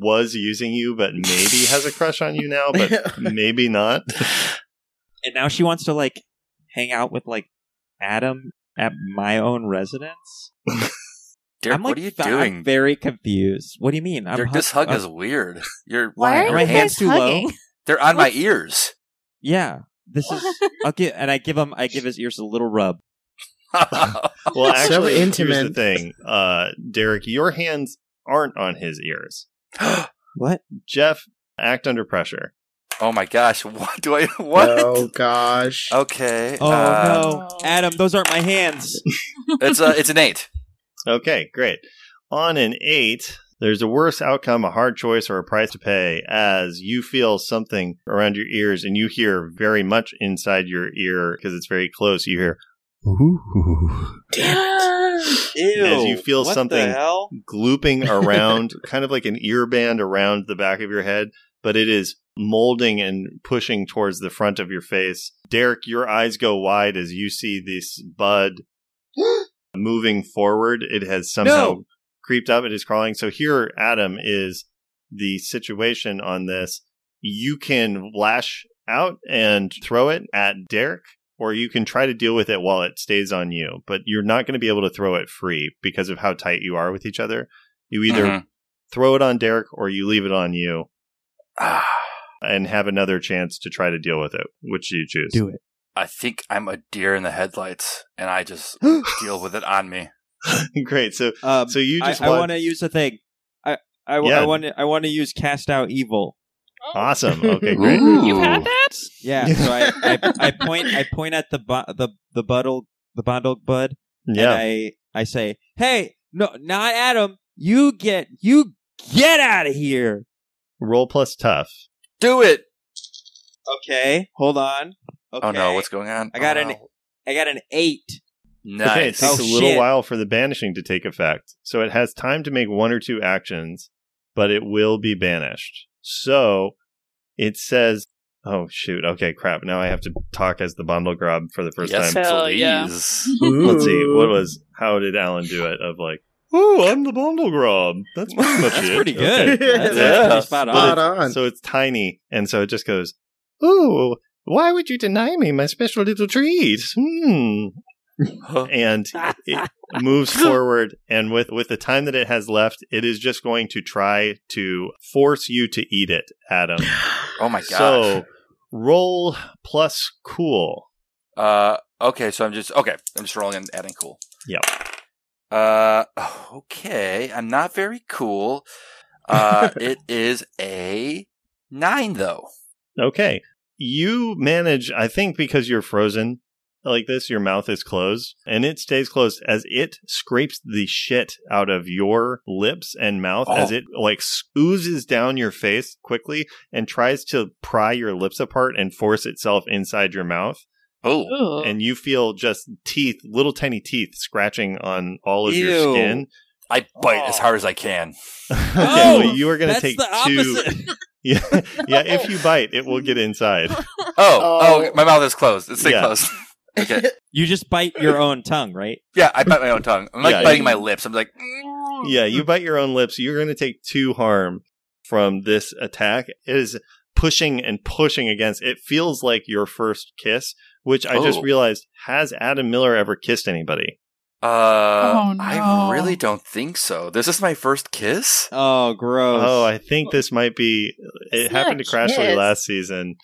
[SPEAKER 2] was using you, but maybe has a crush on you now, but maybe not.
[SPEAKER 6] and now she wants to like hang out with like Adam at my own residence.
[SPEAKER 3] Derek,
[SPEAKER 6] I'm like,
[SPEAKER 3] what are you
[SPEAKER 6] fa- I'm
[SPEAKER 3] doing?
[SPEAKER 6] very confused. What do you mean? I'm uh,
[SPEAKER 3] Derek,
[SPEAKER 6] hug-
[SPEAKER 3] this hug
[SPEAKER 6] I'm-
[SPEAKER 3] is weird. You're
[SPEAKER 4] Why
[SPEAKER 6] Why?
[SPEAKER 4] are
[SPEAKER 6] Are my
[SPEAKER 4] you
[SPEAKER 6] hands
[SPEAKER 4] guys
[SPEAKER 6] too
[SPEAKER 4] hugging?
[SPEAKER 6] low?
[SPEAKER 3] They're on my ears.
[SPEAKER 6] Yeah, this is. I'll give, and I give him. I give his ears a little rub.
[SPEAKER 2] Well,
[SPEAKER 1] Oh, So
[SPEAKER 2] actually, here's the
[SPEAKER 1] intimate.
[SPEAKER 2] thing, uh, Derek, your hands aren't on his ears.
[SPEAKER 6] What?
[SPEAKER 2] Jeff, act under pressure.
[SPEAKER 3] oh my gosh, what do I? What?
[SPEAKER 1] Oh gosh.
[SPEAKER 3] Okay.
[SPEAKER 6] Oh
[SPEAKER 3] uh,
[SPEAKER 6] no, Adam, those aren't my hands.
[SPEAKER 3] It's a, it's an eight.
[SPEAKER 2] Okay, great. On an eight, there's a worse outcome, a hard choice, or a price to pay as you feel something around your ears and you hear very much inside your ear because it's very close. You hear
[SPEAKER 6] Ew.
[SPEAKER 2] As you feel
[SPEAKER 6] what the
[SPEAKER 2] something-
[SPEAKER 6] hell?
[SPEAKER 2] glooping around, kind of like an ear band around the back of your head, but it is molding and pushing towards the front of your face. Derek, your eyes go wide as you see this bud moving forward. It has somehow
[SPEAKER 6] No.
[SPEAKER 2] creeped up, it is crawling. So here, Adam, is the situation on this. You can lash out and throw it at Derek. Or you can try to deal with it while it stays on you, but you're not going to be able to throw it free because of how tight you are with each other. You either
[SPEAKER 6] Mm-hmm.
[SPEAKER 3] Mhm.
[SPEAKER 2] throw it on Derek or you leave it on you
[SPEAKER 3] Ah,
[SPEAKER 2] and have another chance to try to deal with it. Which do you choose?
[SPEAKER 6] Do it.
[SPEAKER 3] I think I'm a deer in the headlights, and I just deal with it on me.
[SPEAKER 2] Great. So
[SPEAKER 6] Um,
[SPEAKER 2] so you
[SPEAKER 6] I,
[SPEAKER 2] just
[SPEAKER 6] I
[SPEAKER 2] want,
[SPEAKER 6] want to use a thing. I I, w-
[SPEAKER 2] Yeah.
[SPEAKER 6] I want to I want to use cast out evil.
[SPEAKER 2] awesome. Okay, great.
[SPEAKER 5] You've had that?
[SPEAKER 6] Yeah. So I, I, I point I point at the bo- the the bottle the bottle bud.
[SPEAKER 2] Yeah.
[SPEAKER 6] And I I say, hey, no, not Adam. You get you get out of here.
[SPEAKER 2] Roll plus tough.
[SPEAKER 3] Do it.
[SPEAKER 6] Okay, hold on. Okay.
[SPEAKER 3] Oh no, what's going on?
[SPEAKER 6] I got
[SPEAKER 3] Oh,
[SPEAKER 6] an-
[SPEAKER 3] no.
[SPEAKER 6] I got an eight.
[SPEAKER 2] Okay, it
[SPEAKER 3] nice.
[SPEAKER 2] takes
[SPEAKER 6] Oh,
[SPEAKER 2] a little
[SPEAKER 6] shit.
[SPEAKER 2] while for the banishing to take effect. So it has time to make one or two actions, but it will be banished. So it says, oh, shoot. Okay, crap. Now I have to talk as the Bundle Grub for the first
[SPEAKER 3] yes,
[SPEAKER 2] time.
[SPEAKER 5] Hell
[SPEAKER 3] please.
[SPEAKER 5] yeah.
[SPEAKER 2] Let's see. What was, how did Alan do it? Of like, oh, I'm the Bundle Grub. That's pretty much
[SPEAKER 6] That's
[SPEAKER 2] it.
[SPEAKER 6] pretty
[SPEAKER 2] Okay.
[SPEAKER 6] good. That's,
[SPEAKER 3] Yeah.
[SPEAKER 6] that's pretty spot
[SPEAKER 2] But
[SPEAKER 1] Spot
[SPEAKER 6] on.
[SPEAKER 2] it's-
[SPEAKER 1] on.
[SPEAKER 2] So it's tiny, and so it just goes, "Ooh, why would you deny me my special little treat?" Hmm. and it moves forward, and with with the time that it has left, it is just going to try to force you to eat it, Adam.
[SPEAKER 3] Oh my gosh.
[SPEAKER 2] So roll plus cool.
[SPEAKER 3] Uh, okay, so I'm just okay. I'm just rolling and adding cool.
[SPEAKER 2] Yep.
[SPEAKER 3] Uh, okay. I'm not very cool. Uh, it is a nine though.
[SPEAKER 2] Okay, you manage. I think because you're frozen. Like this, your mouth is closed and it stays closed as it scrapes the shit out of your lips and mouth
[SPEAKER 3] Oh.
[SPEAKER 2] as it like oozes down your face quickly and tries to pry your lips apart and force itself inside your mouth.
[SPEAKER 3] Oh,
[SPEAKER 2] and you feel just teeth, little tiny teeth scratching on all of your
[SPEAKER 6] Ew.
[SPEAKER 2] skin.
[SPEAKER 3] I bite as hard as I can.
[SPEAKER 2] okay,
[SPEAKER 6] Oh,
[SPEAKER 2] well, you are going to
[SPEAKER 6] That's
[SPEAKER 2] take
[SPEAKER 6] the
[SPEAKER 2] two.
[SPEAKER 6] opposite.
[SPEAKER 2] Yeah, yeah, if you bite, it will get inside.
[SPEAKER 3] Oh, oh,
[SPEAKER 1] Oh.
[SPEAKER 3] my mouth is closed. It's staying
[SPEAKER 2] Yeah.
[SPEAKER 3] closed. okay.
[SPEAKER 6] You just bite your own tongue, right?
[SPEAKER 3] Yeah, I bite my own tongue. I'm like
[SPEAKER 2] Yeah,
[SPEAKER 3] biting
[SPEAKER 2] you-
[SPEAKER 3] my lips. I'm like,
[SPEAKER 5] Mm.
[SPEAKER 2] Yeah, you bite your own lips. You're going to take two harm from this attack. It is pushing and pushing against. It feels like your first kiss, which I just
[SPEAKER 3] Oh.
[SPEAKER 2] realized has Adam Miller ever kissed anybody?
[SPEAKER 3] uh,
[SPEAKER 5] Oh,
[SPEAKER 3] I
[SPEAKER 5] no.
[SPEAKER 3] really don't think so. This is my first kiss.
[SPEAKER 6] Oh, gross.
[SPEAKER 2] Oh, I think this might be. It
[SPEAKER 4] It's not
[SPEAKER 2] happened to
[SPEAKER 4] a
[SPEAKER 2] Crashly
[SPEAKER 4] kiss.
[SPEAKER 2] last season.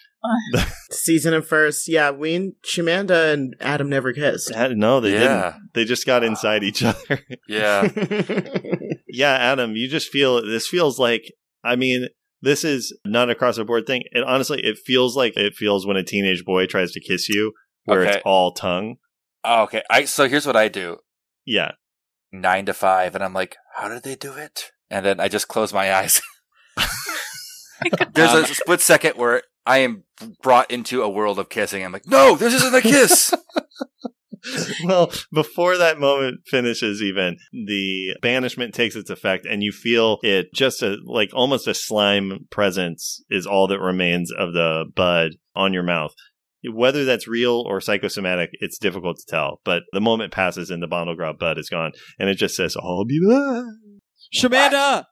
[SPEAKER 1] Season and first, yeah. We and Chimanda and Adam never kissed.
[SPEAKER 2] No, they didn't.
[SPEAKER 3] yeah,
[SPEAKER 2] They just got inside each other.
[SPEAKER 3] yeah.
[SPEAKER 2] yeah, Adam, you just feel this feels like I mean, this is not across the board thing. And honestly, it feels like it feels when a teenage boy tries to kiss you where
[SPEAKER 3] Okay.
[SPEAKER 2] it's all tongue.
[SPEAKER 3] Oh, okay. I so here's what I do.
[SPEAKER 2] Yeah.
[SPEAKER 3] nine to five, and I'm like, how did they do it? And then I just close my eyes. There's a split second where I am brought into a world of kissing. I'm like, no, this isn't a kiss.
[SPEAKER 2] Well, before that moment finishes even, the banishment takes its effect and you feel it just a like almost a slime presence is all that remains of the bud on your mouth. Whether that's real or psychosomatic, it's difficult to tell. But the moment passes and the Bondelgrab bud is gone, and it just says, "I'll be back."
[SPEAKER 6] Shamanda,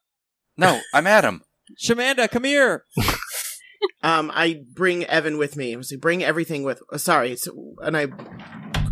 [SPEAKER 3] no, I'm Adam.
[SPEAKER 6] Shamanda, come here.
[SPEAKER 1] Um, I bring Evan with me. I was like, bring everything with. uh, sorry, it's, and I.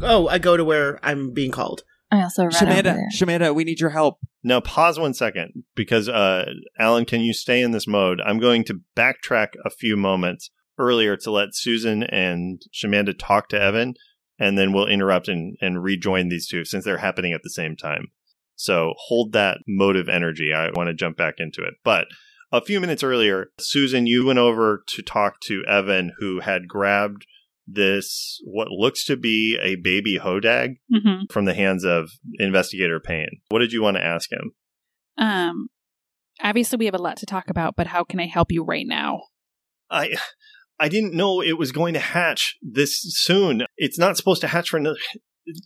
[SPEAKER 1] Oh, I go to where I'm being called.
[SPEAKER 4] I also run over
[SPEAKER 6] Shamanda,
[SPEAKER 4] there.
[SPEAKER 6] Shamanda, we need your help.
[SPEAKER 2] Now pause one second because uh, Alan, can you stay in this mode? I'm going to backtrack a few moments earlier to let Susan and Shamanda talk to Evan, and then we'll interrupt and, and rejoin these two since they're happening at the same time. So hold that motive energy. I want to jump back into it, but a few minutes earlier, Susan, you went over to talk to Evan, who had grabbed this what looks to be a baby hodag
[SPEAKER 5] Mm-hmm.
[SPEAKER 2] from the hands of Investigator Payne. What did you want to ask him?
[SPEAKER 5] Um, obviously, we have a lot to talk about, but how can I help you right now?
[SPEAKER 2] I I didn't know it was going to hatch this soon. It's not supposed to hatch for another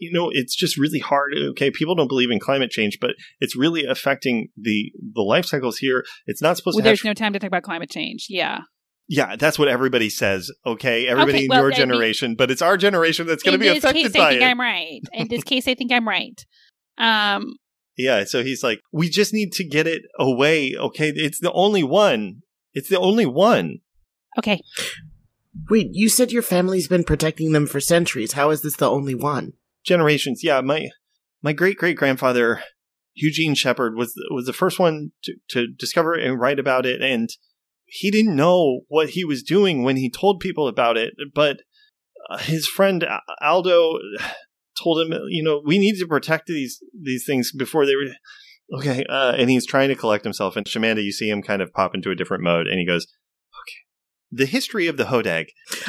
[SPEAKER 2] you know, it's just really hard. Okay, people don't believe in climate change, but it's really affecting the the life cycles here. It's not supposed
[SPEAKER 5] Well,
[SPEAKER 2] to hatch.
[SPEAKER 5] there's no time to talk about climate change. Yeah.
[SPEAKER 2] yeah, that's what everybody says. Okay, everybody
[SPEAKER 5] Okay,
[SPEAKER 2] in
[SPEAKER 5] well,
[SPEAKER 2] your
[SPEAKER 5] I mean-
[SPEAKER 2] generation, but it's our generation that's going to
[SPEAKER 5] In
[SPEAKER 2] be
[SPEAKER 5] this
[SPEAKER 2] affected
[SPEAKER 5] case, I
[SPEAKER 2] by
[SPEAKER 5] think
[SPEAKER 2] it.
[SPEAKER 5] I'm right. In this case, I think I'm right. Um,
[SPEAKER 2] yeah, so he's like, "We just need to get it away." Okay, it's the only one. It's the only one.
[SPEAKER 5] okay.
[SPEAKER 1] Wait, you said your family's been protecting them for centuries. How is this the only one?
[SPEAKER 2] generations. Yeah, my my great great grandfather Eugene Shepard was was the first one to, to discover and write about it, and he didn't know what he was doing when he told people about it. But uh, his friend Al- Aldo told him, you know, we need to protect these these things before they were okay. Uh, and he's trying to collect himself. And Shamanda, you see him kind of pop into a different mode, and he goes, "Okay, the history of the Hodag."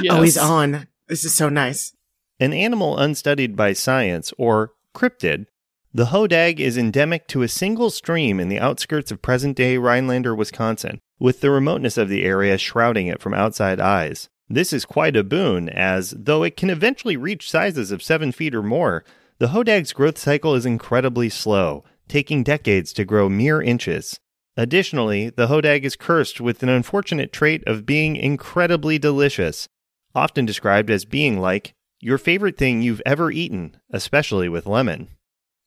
[SPEAKER 1] Oh, he's on. This is so nice.
[SPEAKER 2] An animal unstudied by science, or cryptid, the hodag is endemic to a single stream in the outskirts of present day Rhinelander, Wisconsin, with the remoteness of the area shrouding it from outside eyes. This is quite a boon, as though it can eventually reach sizes of 7 feet or more, the hodag's growth cycle is incredibly slow, taking decades to grow mere inches. Additionally, the hodag is cursed with an unfortunate trait of being incredibly delicious, often described as being like your favorite thing you've ever eaten, especially with lemon.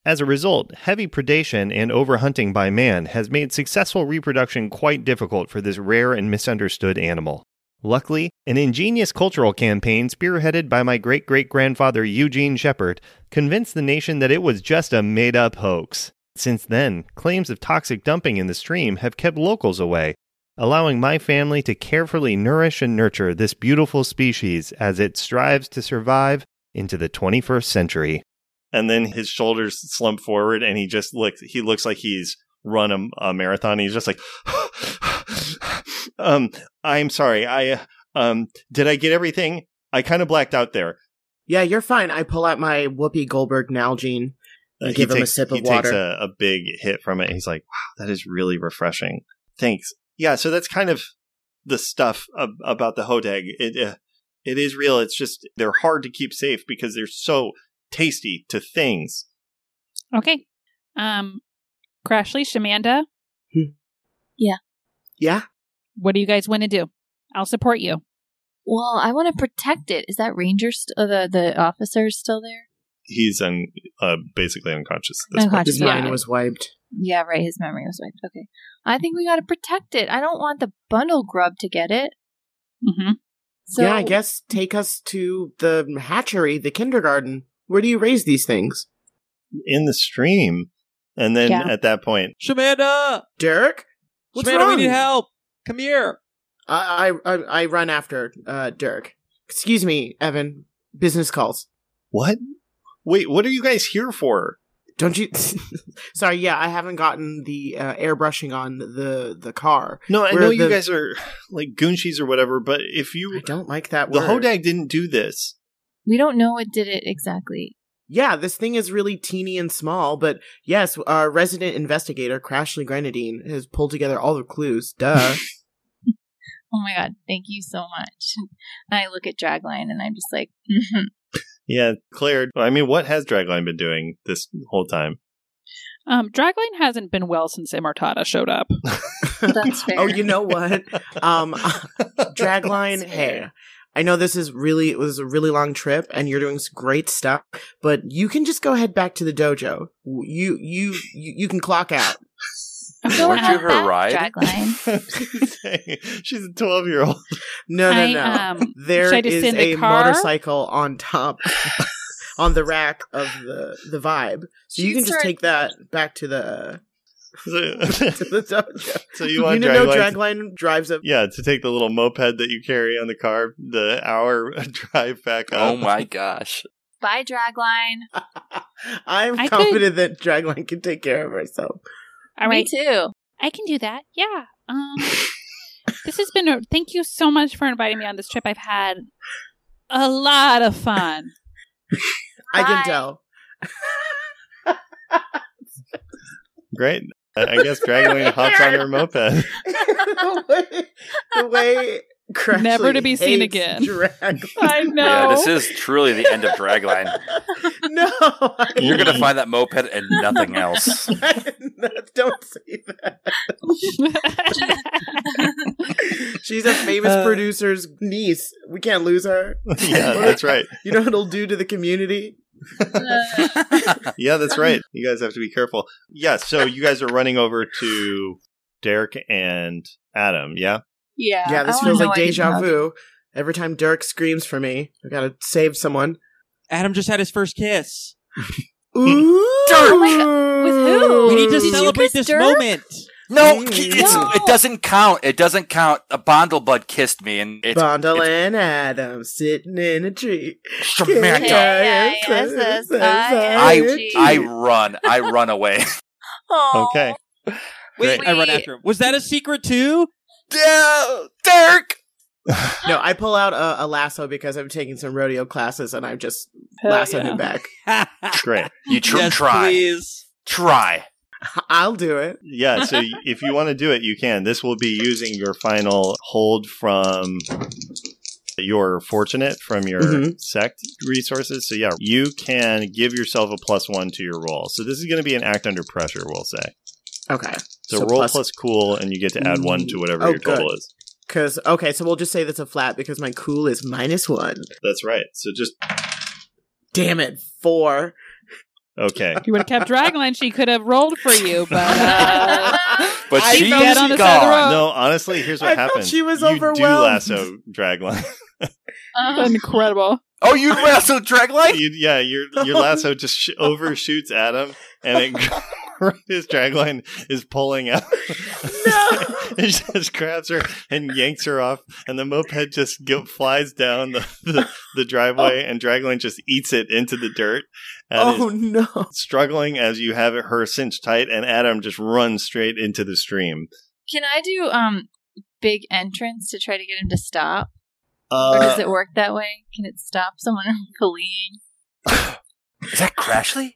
[SPEAKER 2] As a result, heavy predation and overhunting by man has made successful reproduction quite difficult for this rare and misunderstood animal. Luckily, an ingenious cultural campaign spearheaded by my great great grandfather Eugene Shepard convinced the nation that it was just a made up hoax. Since then, claims of toxic dumping in the stream have kept locals away, allowing my family to carefully nourish and nurture this beautiful species as it strives to survive into the 21st century. And then his shoulders slump forward, and he just looks. He looks like he's run a, a marathon. He's just like, um, "I'm sorry. I uh, um, did I get everything? I kind of blacked out there."
[SPEAKER 1] Yeah, you're fine. I pull out my Whoopi Goldberg Nalgene. I
[SPEAKER 2] he
[SPEAKER 1] give him a
[SPEAKER 2] takes-
[SPEAKER 1] sip of
[SPEAKER 2] he takes
[SPEAKER 1] water.
[SPEAKER 2] a, a big hit from it. He's like, "Wow, that is really refreshing. Thanks." Yeah, so that's kind of the stuff ab- about the hodag. It uh, it is real. It's just they're hard to keep safe because they're so tasty to things.
[SPEAKER 5] Okay. Um, Crashly, Shamanda,
[SPEAKER 1] Yeah.
[SPEAKER 5] what do you guys want to do? I'll support you.
[SPEAKER 4] Well, I want to protect it. Is that ranger st- uh, the the officer still there?
[SPEAKER 2] He's un- uh, basically unconscious. At this point.
[SPEAKER 4] Unconscious.
[SPEAKER 1] His
[SPEAKER 4] Yeah.
[SPEAKER 1] mind was wiped.
[SPEAKER 4] Yeah, right. His memory was wiped. Okay, I think we got to protect it. I don't want the bundle grub to get it.
[SPEAKER 5] Mm-hmm.
[SPEAKER 4] So
[SPEAKER 1] yeah, I guess take us to the hatchery, the kindergarten. Where do you raise these things?
[SPEAKER 2] in the stream. And then
[SPEAKER 4] Yeah.
[SPEAKER 2] at that point,
[SPEAKER 6] Shamanda!
[SPEAKER 1] Dirk? What's
[SPEAKER 6] Shamanda, we
[SPEAKER 1] wrong?
[SPEAKER 6] need help! Come here!
[SPEAKER 1] I, I, I- I run after uh, Dirk. Excuse me, Evan. Business calls.
[SPEAKER 2] what? Wait, what are you guys here for?
[SPEAKER 1] Don't you? Sorry, yeah, I haven't gotten the uh, airbrushing on the the car.
[SPEAKER 2] No, I
[SPEAKER 1] We're
[SPEAKER 2] know you
[SPEAKER 1] the-
[SPEAKER 2] guys are like goonshies or whatever, but if
[SPEAKER 1] I
[SPEAKER 2] you
[SPEAKER 1] don't like that
[SPEAKER 2] the
[SPEAKER 1] word.
[SPEAKER 2] Hodag didn't do this.
[SPEAKER 4] we don't know what did it exactly.
[SPEAKER 1] Yeah, this thing is really teeny and small, but yes, our resident investigator Crashly Grenadine has pulled together all the clues. Duh.
[SPEAKER 4] Oh my god! Thank you so much. And I look at Dragline and I'm just like, mhm.
[SPEAKER 2] Yeah, Claire. I mean, what has Dragline been doing this whole time?
[SPEAKER 5] Um, Dragline hasn't been well since Immortata showed up.
[SPEAKER 4] That's fair.
[SPEAKER 1] oh, you know what? Um, Dragline,
[SPEAKER 4] That's
[SPEAKER 1] hey,
[SPEAKER 4] fair.
[SPEAKER 1] I know this is really it was a really long trip, and you're doing s- great stuff, but you can just go head back to the dojo. W- You you you, you can clock out.
[SPEAKER 4] Go
[SPEAKER 3] Weren't you
[SPEAKER 4] out
[SPEAKER 5] uh,
[SPEAKER 3] her
[SPEAKER 4] back,
[SPEAKER 3] ride?
[SPEAKER 4] Dragline?
[SPEAKER 2] She's a twelve year old.
[SPEAKER 1] No, no,
[SPEAKER 5] I,
[SPEAKER 1] no.
[SPEAKER 5] um,
[SPEAKER 1] there
[SPEAKER 5] should I just
[SPEAKER 1] is
[SPEAKER 5] send a
[SPEAKER 1] a
[SPEAKER 5] car?
[SPEAKER 1] motorcycle on top on the rack of the the vibe, so you
[SPEAKER 4] She's
[SPEAKER 1] can just
[SPEAKER 4] her-
[SPEAKER 1] take that back to the
[SPEAKER 2] So,
[SPEAKER 1] to the dojo.
[SPEAKER 2] so
[SPEAKER 1] You,
[SPEAKER 2] you want
[SPEAKER 1] know,
[SPEAKER 2] Dragline? to-
[SPEAKER 1] Dragline drives up.
[SPEAKER 2] yeah, to take the little moped that you carry on the car, the hour drive back up.
[SPEAKER 3] Oh my gosh.
[SPEAKER 4] Bye, Dragline.
[SPEAKER 1] I'm
[SPEAKER 5] I could-
[SPEAKER 1] confident that Dragline can take care of herself.
[SPEAKER 5] all
[SPEAKER 4] Me
[SPEAKER 5] right,
[SPEAKER 4] too.
[SPEAKER 5] I can do that. Yeah. Um, this has been. A, thank you so much for inviting me on this trip. I've had a lot of fun.
[SPEAKER 1] I can
[SPEAKER 4] Bye.
[SPEAKER 1] tell.
[SPEAKER 2] Great. I I guess Dragline hops on her moped.
[SPEAKER 1] the way, the way Crashly
[SPEAKER 5] Never to be seen
[SPEAKER 1] hates
[SPEAKER 5] again.
[SPEAKER 1] Dragline.
[SPEAKER 5] I know.
[SPEAKER 3] Yeah, this is truly the end of Dragline.
[SPEAKER 1] no, I-
[SPEAKER 3] You're gonna find that moped and nothing else.
[SPEAKER 1] don't say that. She's a famous
[SPEAKER 6] Uh,
[SPEAKER 1] producer's niece. We can't lose her.
[SPEAKER 2] yeah, that's right.
[SPEAKER 1] You know what it'll do to the community?
[SPEAKER 2] Yeah, that's right. You guys have to be careful. Yeah, so you guys are running over to Derek and Adam, yeah?
[SPEAKER 4] yeah.
[SPEAKER 1] yeah, this
[SPEAKER 4] I wanna
[SPEAKER 1] feels
[SPEAKER 4] know
[SPEAKER 1] like
[SPEAKER 4] I didn't
[SPEAKER 1] deja
[SPEAKER 4] have-
[SPEAKER 1] vu. Every time Dirk screams for me, I gotta save someone.
[SPEAKER 6] Adam just had his first kiss.
[SPEAKER 1] Ooh!
[SPEAKER 4] Oh my God, with who?
[SPEAKER 6] We need to
[SPEAKER 4] Did you
[SPEAKER 6] celebrate
[SPEAKER 4] kiss
[SPEAKER 6] this
[SPEAKER 4] Dirk?
[SPEAKER 6] moment.
[SPEAKER 3] No, it's,
[SPEAKER 4] No.
[SPEAKER 3] it doesn't count. It doesn't count. A bondle bud kissed me, and it's
[SPEAKER 1] Bondolin Adam sitting in a tree.
[SPEAKER 3] Samantha. I
[SPEAKER 4] Gee.
[SPEAKER 3] I run. I run away.
[SPEAKER 4] Oh,
[SPEAKER 2] Okay.
[SPEAKER 6] Wait,
[SPEAKER 4] Great.
[SPEAKER 6] I run
[SPEAKER 4] Wait.
[SPEAKER 6] after him. Was that a secret too?
[SPEAKER 3] Yeah, Dirk.
[SPEAKER 1] No, I pull out a, a lasso because I'm taking some rodeo classes and I'm just
[SPEAKER 5] Hell
[SPEAKER 1] lassoing
[SPEAKER 5] yeah.
[SPEAKER 1] him back.
[SPEAKER 2] Great.
[SPEAKER 3] You tr-
[SPEAKER 6] yes,
[SPEAKER 3] try.
[SPEAKER 6] please.
[SPEAKER 3] Try.
[SPEAKER 1] I'll do it.
[SPEAKER 2] Yeah, so y- if you want to do it, you can. This will be using your final hold from your fortunate from your
[SPEAKER 1] Mhm.
[SPEAKER 2] sect resources. So yeah, you can give yourself a plus one to your roll. So this is going to be an act under pressure, we'll say.
[SPEAKER 1] Okay. So
[SPEAKER 2] So, roll
[SPEAKER 1] plus-
[SPEAKER 2] plus, plus cool, and you get to add one to whatever
[SPEAKER 1] Oh,
[SPEAKER 2] your total
[SPEAKER 1] good.
[SPEAKER 2] is.
[SPEAKER 1] Because, okay, so we'll just say that's a flat because my cool is minus one.
[SPEAKER 2] That's right. So just
[SPEAKER 1] Damn it. Four.
[SPEAKER 2] okay.
[SPEAKER 5] If you would have kept Dragline, she could have rolled for you, but
[SPEAKER 1] Oh,
[SPEAKER 5] uh,
[SPEAKER 3] But
[SPEAKER 5] I
[SPEAKER 3] she's
[SPEAKER 5] fell down the side of the
[SPEAKER 3] gone.
[SPEAKER 5] road.
[SPEAKER 2] No, honestly, here's what
[SPEAKER 1] I thought
[SPEAKER 2] happened.
[SPEAKER 1] she was
[SPEAKER 2] you
[SPEAKER 1] overwhelmed.
[SPEAKER 2] Do lasso dragline.
[SPEAKER 4] Uh,
[SPEAKER 5] incredible.
[SPEAKER 3] Oh, you wrestle Dragline?
[SPEAKER 2] you, yeah, your your lasso just sh- overshoots Adam, and it, his dragline is pulling out.
[SPEAKER 1] No.
[SPEAKER 2] it just grabs her and yanks her off, and the moped just go, flies down the, the, the driveway, and dragline just eats it into the dirt. And
[SPEAKER 1] Oh,
[SPEAKER 2] is
[SPEAKER 1] no.
[SPEAKER 2] Struggling as you have it, her cinched tight, and Adam just runs straight into the stream.
[SPEAKER 4] can I do um big entrance to try to get him to stop? Or
[SPEAKER 2] Uh,
[SPEAKER 4] does it work that way? Can it stop someone from fleeing?
[SPEAKER 3] Is that Crashly?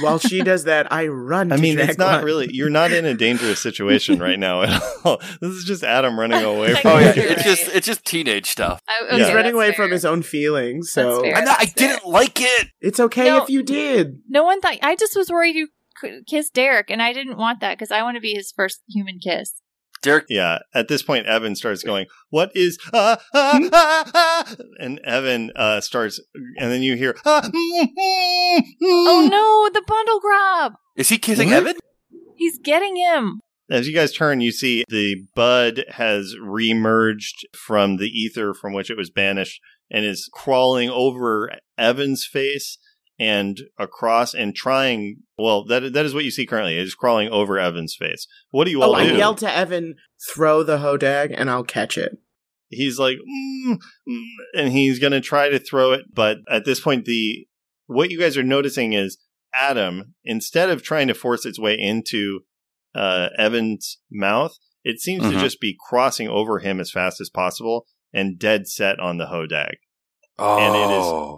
[SPEAKER 1] While she does that, I run.
[SPEAKER 2] I
[SPEAKER 1] to
[SPEAKER 2] mean, it's not
[SPEAKER 1] Dragline.
[SPEAKER 2] really. You're not in a dangerous situation right now at all. This is just Adam running away from
[SPEAKER 3] Oh
[SPEAKER 4] Oh,
[SPEAKER 3] yeah,
[SPEAKER 4] yeah,
[SPEAKER 2] you.
[SPEAKER 4] you're
[SPEAKER 3] it's just
[SPEAKER 4] right.
[SPEAKER 3] it's just teenage stuff.
[SPEAKER 4] I,
[SPEAKER 2] Yeah.
[SPEAKER 4] okay,
[SPEAKER 1] He's
[SPEAKER 2] that's
[SPEAKER 1] running away from
[SPEAKER 4] fair.
[SPEAKER 1] his own feelings,
[SPEAKER 4] That's
[SPEAKER 1] so
[SPEAKER 3] I'm
[SPEAKER 4] fair.
[SPEAKER 3] not, I
[SPEAKER 4] That's fair.
[SPEAKER 3] didn't like it.
[SPEAKER 1] it's okay
[SPEAKER 4] No.
[SPEAKER 1] if you did.
[SPEAKER 4] No one thought. I just was worried you c- kissed Derek, and I didn't want that because I want to be his first human kiss.
[SPEAKER 3] Dirk,
[SPEAKER 2] Yeah. At this point, Evan starts going, "What is ah ah
[SPEAKER 1] Hmm?
[SPEAKER 2] ah?" ah," and Evan uh, starts, and then you hear, ah, mm, mm,
[SPEAKER 4] Oh
[SPEAKER 2] mm.
[SPEAKER 4] no, the bundle grab!
[SPEAKER 3] is he kissing
[SPEAKER 2] What?
[SPEAKER 3] Evan?
[SPEAKER 4] He's getting him.
[SPEAKER 2] As you guys turn, you see the bud has remerged from the ether from which it was banished and is crawling over Evan's face and across and trying. Well, that that is what you see currently. It is crawling over Evan's face. What do you all
[SPEAKER 1] oh, I
[SPEAKER 2] do?
[SPEAKER 1] yelled to Evan, throw the hodag and I'll catch it.
[SPEAKER 2] he's like mm, mm," and he's going to try to throw it but at this point the what you guys are noticing is adam instead of trying to force its way into uh, evan's mouth it seems to
[SPEAKER 3] Mhm.
[SPEAKER 2] just be crossing over him as fast as possible and dead set on the hodag
[SPEAKER 3] Oh,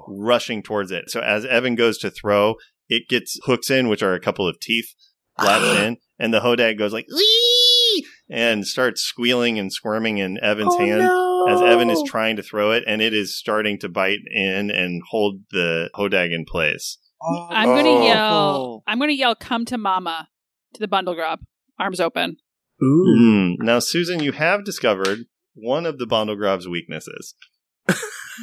[SPEAKER 2] And rushing towards it so as evan goes to throw it gets hooks in which are a couple of teeth latched in and the hodag goes like "Wee!" and starts squealing and squirming in evan's
[SPEAKER 1] oh,
[SPEAKER 2] hand
[SPEAKER 1] no.
[SPEAKER 2] as Evan
[SPEAKER 1] Oh.
[SPEAKER 2] is trying to throw it, and it is starting to bite in and hold the hodag in place.
[SPEAKER 5] I'm gonna
[SPEAKER 3] Oh.
[SPEAKER 5] yell. I'm gonna yell. Come to mama, to the bundle grab, arms open.
[SPEAKER 1] Ooh.
[SPEAKER 2] Mm. Now, Susan, you have discovered one of the Bondelgrav's weaknesses,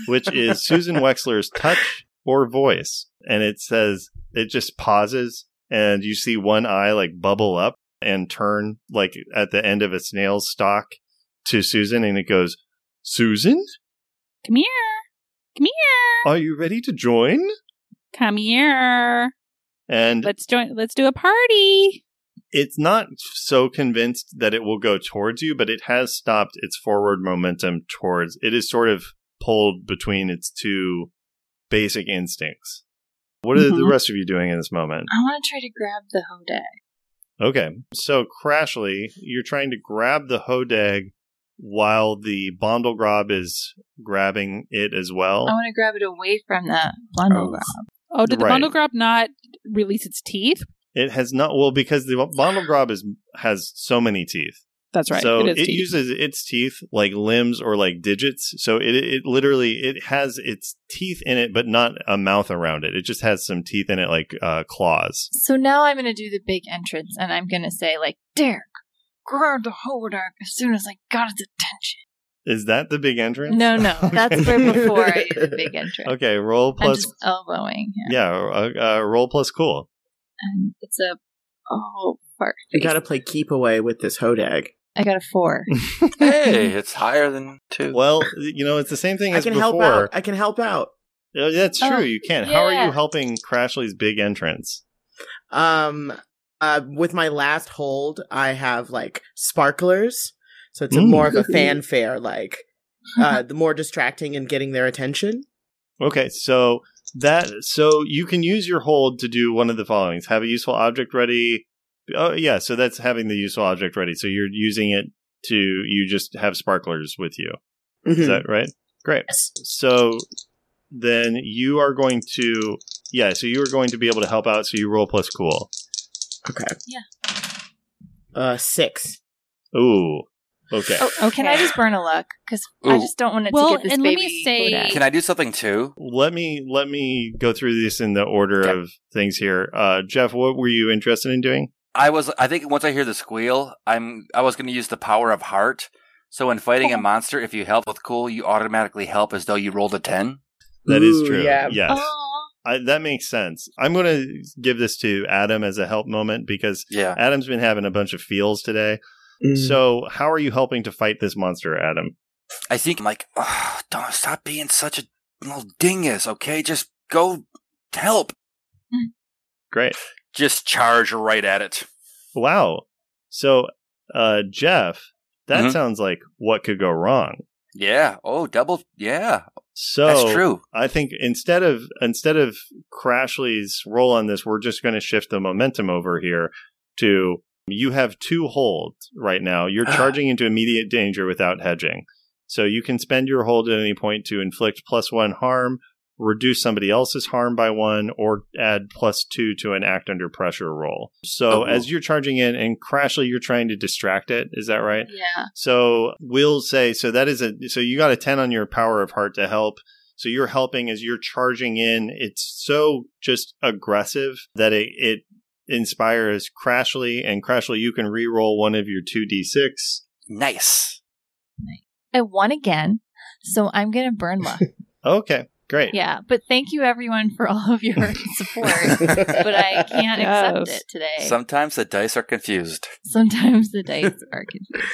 [SPEAKER 2] which is Susan Wexler's touch or voice. And it says it just pauses, and you see one eye like bubble up and turn like at the end of a snail's stalk to Susan, and it goes, Susan,
[SPEAKER 5] Come here. Come here.
[SPEAKER 2] are you ready to join?
[SPEAKER 5] Come here.
[SPEAKER 2] And
[SPEAKER 5] Let's join. Let's do a party.
[SPEAKER 2] it's not so convinced that it will go towards you, but it has stopped its forward momentum towards. It is sort of pulled between its two basic instincts. What are the
[SPEAKER 5] Mhm.
[SPEAKER 2] rest of you doing in this moment?
[SPEAKER 4] I want to try to grab the hodag.
[SPEAKER 2] Okay, so Crashly, you're trying to grab the hodag while the Bondelgrob is grabbing it as well.
[SPEAKER 4] I want to grab it away from that bundle
[SPEAKER 2] Oh.
[SPEAKER 4] grab.
[SPEAKER 5] Oh, did the
[SPEAKER 2] Right.
[SPEAKER 5] bundle grab not release its teeth?
[SPEAKER 2] It has not well because the Bondelgrob is has so many teeth.
[SPEAKER 5] That's right.
[SPEAKER 2] So
[SPEAKER 5] it
[SPEAKER 2] it,
[SPEAKER 5] is teeth.
[SPEAKER 2] uses its teeth like limbs or like digits. So it it literally it has its teeth in it, but not a mouth around it. It just has some teeth in it like uh, claws.
[SPEAKER 4] So now I'm going to do the big entrance, and I'm going to say like, Derek, grab the hodag as soon as I got its attention.
[SPEAKER 2] Is that the big entrance?
[SPEAKER 4] No, no, that's
[SPEAKER 2] Okay.
[SPEAKER 4] where before I do the big entrance.
[SPEAKER 2] Okay, roll
[SPEAKER 4] I'm
[SPEAKER 2] plus
[SPEAKER 4] just elbowing him.
[SPEAKER 2] yeah, uh, uh, roll plus cool.
[SPEAKER 4] And it's a oh fart.
[SPEAKER 1] You
[SPEAKER 4] Face.
[SPEAKER 1] gotta play keep away with this hodag.
[SPEAKER 4] I got a four.
[SPEAKER 3] hey, it's higher than two.
[SPEAKER 2] Well, you know it's the same thing
[SPEAKER 1] I
[SPEAKER 2] as
[SPEAKER 1] can help
[SPEAKER 2] before.
[SPEAKER 1] out. I can help out.
[SPEAKER 2] Uh, That's true.
[SPEAKER 4] Oh,
[SPEAKER 2] you can. How are
[SPEAKER 4] yeah.
[SPEAKER 2] you helping Crashly's big entrance?
[SPEAKER 1] Um, Uh, with my last hold, I have like sparklers. So it's a
[SPEAKER 2] Mm.
[SPEAKER 1] more of a fanfare, like uh, the more distracting and getting their attention.
[SPEAKER 2] Okay, so that so you can use your hold to do one of the followings: have a useful object ready. Oh yeah, so that's having the useful object ready. So you're using it to you just have sparklers with you. Is
[SPEAKER 1] Mhm.
[SPEAKER 2] that right? Great.
[SPEAKER 1] Yes.
[SPEAKER 2] So then you are going to yeah. So you are going to be able to help out. So you roll plus cool.
[SPEAKER 1] Okay.
[SPEAKER 4] Yeah.
[SPEAKER 1] Uh, six.
[SPEAKER 2] Ooh. Okay.
[SPEAKER 4] Oh, can I just burn a luck? Because I
[SPEAKER 3] Ooh.
[SPEAKER 4] just don't want it
[SPEAKER 5] Well,
[SPEAKER 4] to get this
[SPEAKER 5] and let
[SPEAKER 4] baby.
[SPEAKER 5] me say-
[SPEAKER 4] Kodak.
[SPEAKER 3] Can I do something too?
[SPEAKER 2] Let me let me go through this in the order
[SPEAKER 3] Okay.
[SPEAKER 2] of things here. Uh, Jeff, what were you interested in doing?
[SPEAKER 3] I was. I think once I hear the squeal, I'm. I was going to use the power of heart. So when fighting a monster, if you help with cool, you automatically help as though you rolled a ten.
[SPEAKER 2] That is
[SPEAKER 1] Ooh,
[SPEAKER 2] true.
[SPEAKER 1] yeah.
[SPEAKER 2] Yes.
[SPEAKER 4] Oh,
[SPEAKER 2] I, that makes sense. I'm going to give this to Adam as a help moment because
[SPEAKER 3] Yeah.
[SPEAKER 2] Adam's been having a bunch of feels today.
[SPEAKER 1] Mm.
[SPEAKER 2] So, how are you helping to fight this monster, Adam?
[SPEAKER 3] I think I'm like, oh, don't stop being such a little dingus. Okay, just go help.
[SPEAKER 2] Great.
[SPEAKER 3] Just charge right at it.
[SPEAKER 2] Wow. So, uh, Jeff, that
[SPEAKER 3] Mhm.
[SPEAKER 2] sounds like what could go wrong.
[SPEAKER 3] Yeah. Oh, double. Yeah.
[SPEAKER 2] So
[SPEAKER 3] That's true.
[SPEAKER 2] I think instead of instead of Crashly's role on this, we're just going to shift the momentum over here to you have two holds right now. You're charging into immediate danger without hedging. So you can spend your hold at any point to inflict plus one harm, reduce somebody else's harm by one, or add plus two to an act under pressure roll. So
[SPEAKER 3] Oh.
[SPEAKER 2] as you're charging in and Crashly, you're trying to distract it. Is that right?
[SPEAKER 4] yeah.
[SPEAKER 2] So we'll say so that is a so you got a ten on your power of heart to help. So you're helping as you're charging in. It's so just aggressive that it it inspires Crashly and Crashly. You can re-roll one of your two d six.
[SPEAKER 3] Nice.
[SPEAKER 4] I won again, so I'm gonna burn luck.
[SPEAKER 2] Okay, great.
[SPEAKER 4] yeah, but thank you everyone for all of your support. but I can't accept
[SPEAKER 5] Yes.
[SPEAKER 4] it today.
[SPEAKER 3] Sometimes the dice are confused.
[SPEAKER 4] Sometimes the dice are confused.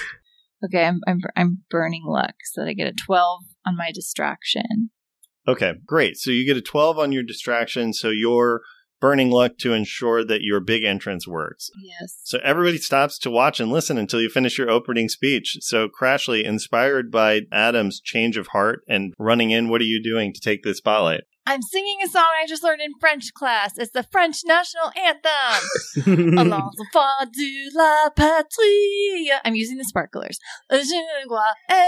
[SPEAKER 4] Okay, I'm I'm I'm burning luck so that I get a twelve on my distraction.
[SPEAKER 2] Okay, great. So you get a twelve on your distraction. So you're burning luck to ensure that your big entrance works.
[SPEAKER 4] Yes.
[SPEAKER 2] So everybody stops to watch and listen until you finish your opening speech. So Crashly, inspired by Adam's change of heart and running in, what are you doing to take the spotlight?
[SPEAKER 4] I'm singing a song I just learned in French class. It's the French national anthem. Allons enfants de la patrie. I'm using the sparklers. Je vois est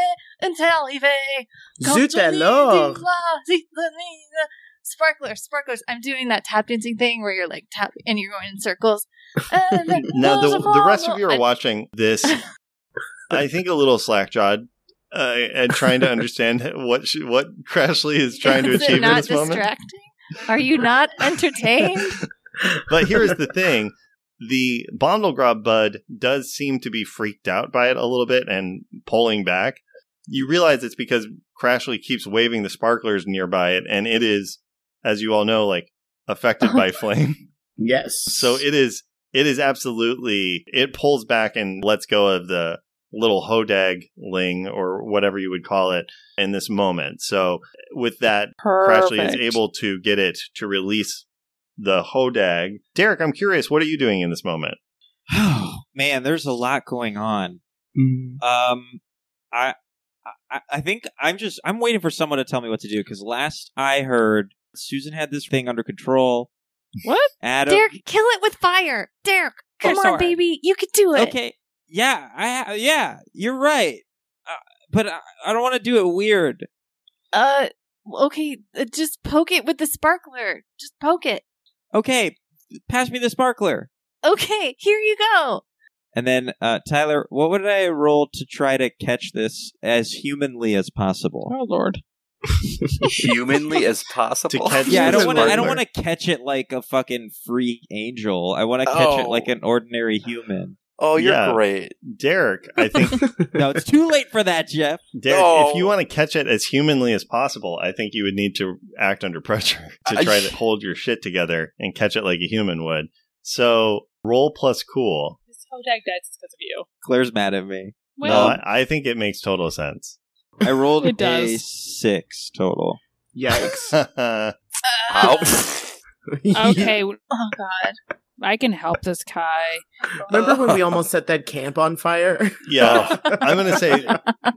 [SPEAKER 4] arrivé. Quand
[SPEAKER 1] Zut
[SPEAKER 4] on est
[SPEAKER 1] alors.
[SPEAKER 4] du roi, citoyen. Sparklers, sparklers. I'm doing that tap dancing thing where you're like tap and you're going in circles.
[SPEAKER 2] Now,
[SPEAKER 4] now,
[SPEAKER 2] the, the rest of you are watching this, I think a little slackjawed uh, and trying to understand what she, what Crashly is trying to
[SPEAKER 4] is
[SPEAKER 2] achieve
[SPEAKER 4] it not
[SPEAKER 2] in this moment.
[SPEAKER 4] distracting? Are you not entertained?
[SPEAKER 2] But here is the thing. The Bondelgrab Bud does seem to be freaked out by it a little bit and pulling back. You realize it's because Crashly keeps waving the sparklers nearby it, and it is, as you all know, like affected by flame.
[SPEAKER 1] yes.
[SPEAKER 2] So it is it is absolutely it pulls back and lets go of the little hodag ling or whatever you would call it in this moment. So with that Crashly is
[SPEAKER 5] Perfect.
[SPEAKER 2] able to get it to release the hodag. Derek, I'm curious, what are you doing in this moment?
[SPEAKER 1] Oh,
[SPEAKER 6] Man, there's a lot going on.
[SPEAKER 1] Mm.
[SPEAKER 6] Um, I, I, I think I'm just I'm waiting for someone to tell me what to do because last I heard, Susan had this thing under control.
[SPEAKER 5] What?
[SPEAKER 6] Adam,
[SPEAKER 4] Derek, kill it with fire. Derek, come
[SPEAKER 5] Yes,
[SPEAKER 4] on,
[SPEAKER 5] sir.
[SPEAKER 4] baby. You can do it.
[SPEAKER 6] okay, yeah, I, ha- yeah, you're right. Uh, but I, I don't want to do it weird.
[SPEAKER 4] Uh, okay. uh, Just poke it with the sparkler. Just poke it.
[SPEAKER 6] Okay, pass me the sparkler.
[SPEAKER 4] Okay, here you go.
[SPEAKER 6] And then uh, Tyler, what would I roll to try to catch this as humanly as possible?
[SPEAKER 5] Oh lord.
[SPEAKER 3] Humanly as possible.
[SPEAKER 2] To catch
[SPEAKER 6] Yeah, I don't
[SPEAKER 2] Human
[SPEAKER 6] want to. I don't want
[SPEAKER 2] sparkler.
[SPEAKER 6] to catch it like a fucking free angel. I want to catch it
[SPEAKER 3] Oh.
[SPEAKER 6] like an ordinary human.
[SPEAKER 3] Oh, you're
[SPEAKER 2] Yeah.
[SPEAKER 3] great.
[SPEAKER 2] Derek, I think
[SPEAKER 6] No, it's too late for that, Jeff.
[SPEAKER 2] Derek, if
[SPEAKER 3] No.
[SPEAKER 2] you want to catch it as humanly as possible, I think you would need to act under pressure to
[SPEAKER 3] I-
[SPEAKER 2] try to hold your shit together and catch it like a human would. So roll plus cool.
[SPEAKER 5] This whole deck dies because of you.
[SPEAKER 6] Claire's mad at me.
[SPEAKER 5] Well,
[SPEAKER 2] no, I, I think it makes total sense.
[SPEAKER 6] I rolled
[SPEAKER 5] It
[SPEAKER 6] a
[SPEAKER 5] does.
[SPEAKER 6] six total.
[SPEAKER 1] Yikes.
[SPEAKER 2] All
[SPEAKER 1] Uh,
[SPEAKER 3] Ow.
[SPEAKER 5] okay.
[SPEAKER 4] Oh God.
[SPEAKER 5] I can help this Kai.
[SPEAKER 1] Remember when we almost set that camp on fire?
[SPEAKER 2] Yeah. I'm going to say,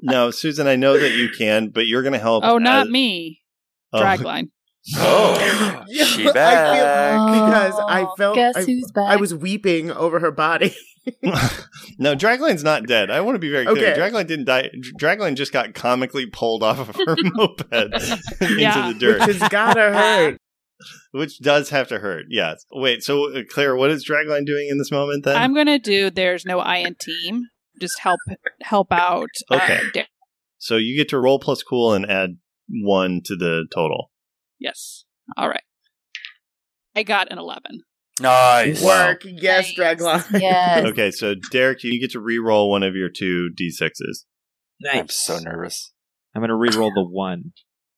[SPEAKER 2] no, Susan, I know that you can, but you're going to help.
[SPEAKER 5] Oh, not
[SPEAKER 2] as-
[SPEAKER 5] me.
[SPEAKER 2] Oh,
[SPEAKER 5] Dragline.
[SPEAKER 3] Oh, she
[SPEAKER 1] I feel-
[SPEAKER 3] back.
[SPEAKER 1] Uh, because I
[SPEAKER 4] Oh,
[SPEAKER 1] felt
[SPEAKER 4] Guess
[SPEAKER 1] I,
[SPEAKER 4] who's back?
[SPEAKER 1] I was weeping over her body.
[SPEAKER 2] no, Dragline's not dead. I want to be very clear.
[SPEAKER 1] Okay.
[SPEAKER 2] Dragline didn't die. Dr- Dragline just got comically pulled off of her moped
[SPEAKER 5] Yeah.
[SPEAKER 2] into the dirt,
[SPEAKER 1] Which has gotta hurt.
[SPEAKER 2] which does have to hurt. Yes. Wait. So, uh, Claire, what is Dragline doing in this moment then?
[SPEAKER 5] I'm gonna do. There's no I in team. Just help help out. uh,
[SPEAKER 2] Okay.
[SPEAKER 5] Derek.
[SPEAKER 2] so you get to roll plus cool and add one to the total.
[SPEAKER 5] yes. All right. I got an eleven.
[SPEAKER 3] Nice.
[SPEAKER 1] Work, yes,
[SPEAKER 4] Nice.
[SPEAKER 1] Dragline.
[SPEAKER 4] Yes.
[SPEAKER 2] Okay. So, Derek, you get to re-roll one of your two d6s.
[SPEAKER 6] Nice.
[SPEAKER 3] I'm so nervous.
[SPEAKER 6] I'm gonna re-roll the one.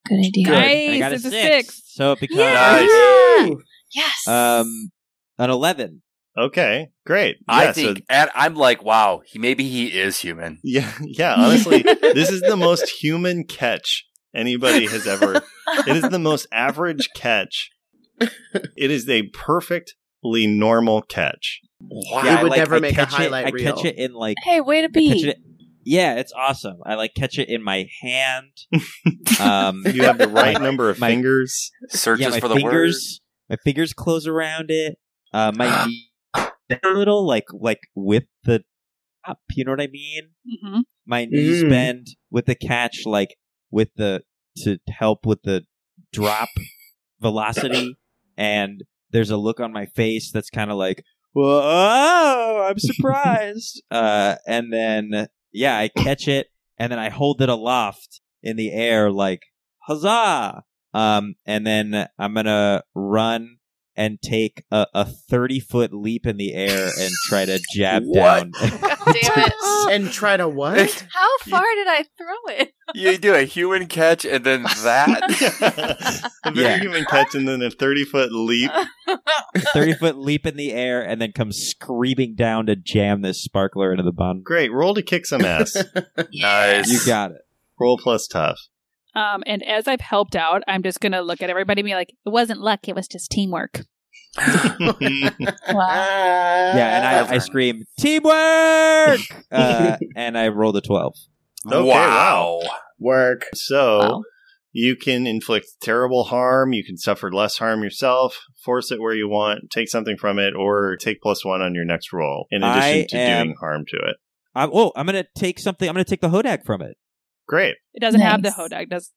[SPEAKER 4] Good idea.
[SPEAKER 5] Nice,
[SPEAKER 6] And I got
[SPEAKER 5] it's
[SPEAKER 6] a
[SPEAKER 5] a
[SPEAKER 6] six,
[SPEAKER 5] six.
[SPEAKER 6] So it becomes
[SPEAKER 2] Oh,
[SPEAKER 3] Nice.
[SPEAKER 1] Woo!
[SPEAKER 4] Yes.
[SPEAKER 6] um an eleven.
[SPEAKER 2] Okay. Great.
[SPEAKER 3] I
[SPEAKER 2] Yeah, so-
[SPEAKER 3] think, and I'm like, wow, he, maybe he is human.
[SPEAKER 2] yeah. Yeah. Honestly, this is the most human catch anybody has ever it is the most average catch. It is a perfectly normal catch.
[SPEAKER 3] Wow.
[SPEAKER 1] We
[SPEAKER 6] I,
[SPEAKER 1] would never
[SPEAKER 6] I
[SPEAKER 1] make a
[SPEAKER 6] catch it-
[SPEAKER 1] highlight
[SPEAKER 6] I
[SPEAKER 1] reel.
[SPEAKER 6] catch it in like
[SPEAKER 4] hey, way to
[SPEAKER 6] I catch
[SPEAKER 4] be.
[SPEAKER 6] it. Yeah, it's awesome. I like catch it in my hand. um,
[SPEAKER 2] You have the right
[SPEAKER 6] my-
[SPEAKER 2] number of
[SPEAKER 6] my-
[SPEAKER 2] fingers.
[SPEAKER 3] Searches
[SPEAKER 6] yeah, my
[SPEAKER 3] for the words.
[SPEAKER 6] fingers. My fingers close around it. Uh, my knee- that little like like with the up. You know what I mean?
[SPEAKER 5] Mm-hmm.
[SPEAKER 6] My knees
[SPEAKER 1] Mm.
[SPEAKER 6] bend with the catch, like with the to help with the drop velocity. And there's a look on my face that's kind of like, whoa, I'm surprised. uh, and then yeah, I catch it and then I hold it aloft in the air like huzzah. Um, and then I'm gonna run and take a, a 30 foot leap in the air and try to jab
[SPEAKER 3] What?
[SPEAKER 6] down.
[SPEAKER 4] God damn it.
[SPEAKER 1] And try to what?
[SPEAKER 4] How far did I throw it?
[SPEAKER 3] you do a human catch and then that.
[SPEAKER 2] a very
[SPEAKER 6] Yeah.
[SPEAKER 2] human catch and then a 30 foot leap.
[SPEAKER 6] 30 foot leap in the air and then come screaming down to jam this sparkler into the bun.
[SPEAKER 2] Great. Roll to kick some ass.
[SPEAKER 3] nice.
[SPEAKER 6] You got it.
[SPEAKER 2] Roll plus tough.
[SPEAKER 5] Um, and as I've helped out, I'm just gonna look at everybody and be like, "It wasn't luck. It was just teamwork."
[SPEAKER 4] wow.
[SPEAKER 6] Yeah, and
[SPEAKER 2] Uh,
[SPEAKER 6] I, I
[SPEAKER 3] Ever.
[SPEAKER 6] scream, teamwork! Uh, and I rolled a 12.
[SPEAKER 2] Okay,
[SPEAKER 3] wow.
[SPEAKER 1] Work.
[SPEAKER 2] So
[SPEAKER 5] Wow.
[SPEAKER 2] you can inflict terrible harm. You can suffer less harm yourself. Force it where you want. Take something from it or take plus one on your next roll in addition
[SPEAKER 6] I
[SPEAKER 2] to
[SPEAKER 6] am-
[SPEAKER 2] doing harm to it.
[SPEAKER 6] I'm, oh, I'm going to take something. I'm going to take the Hodak from it.
[SPEAKER 2] Great.
[SPEAKER 5] It doesn't have the
[SPEAKER 4] Nice.
[SPEAKER 5] hodag. Does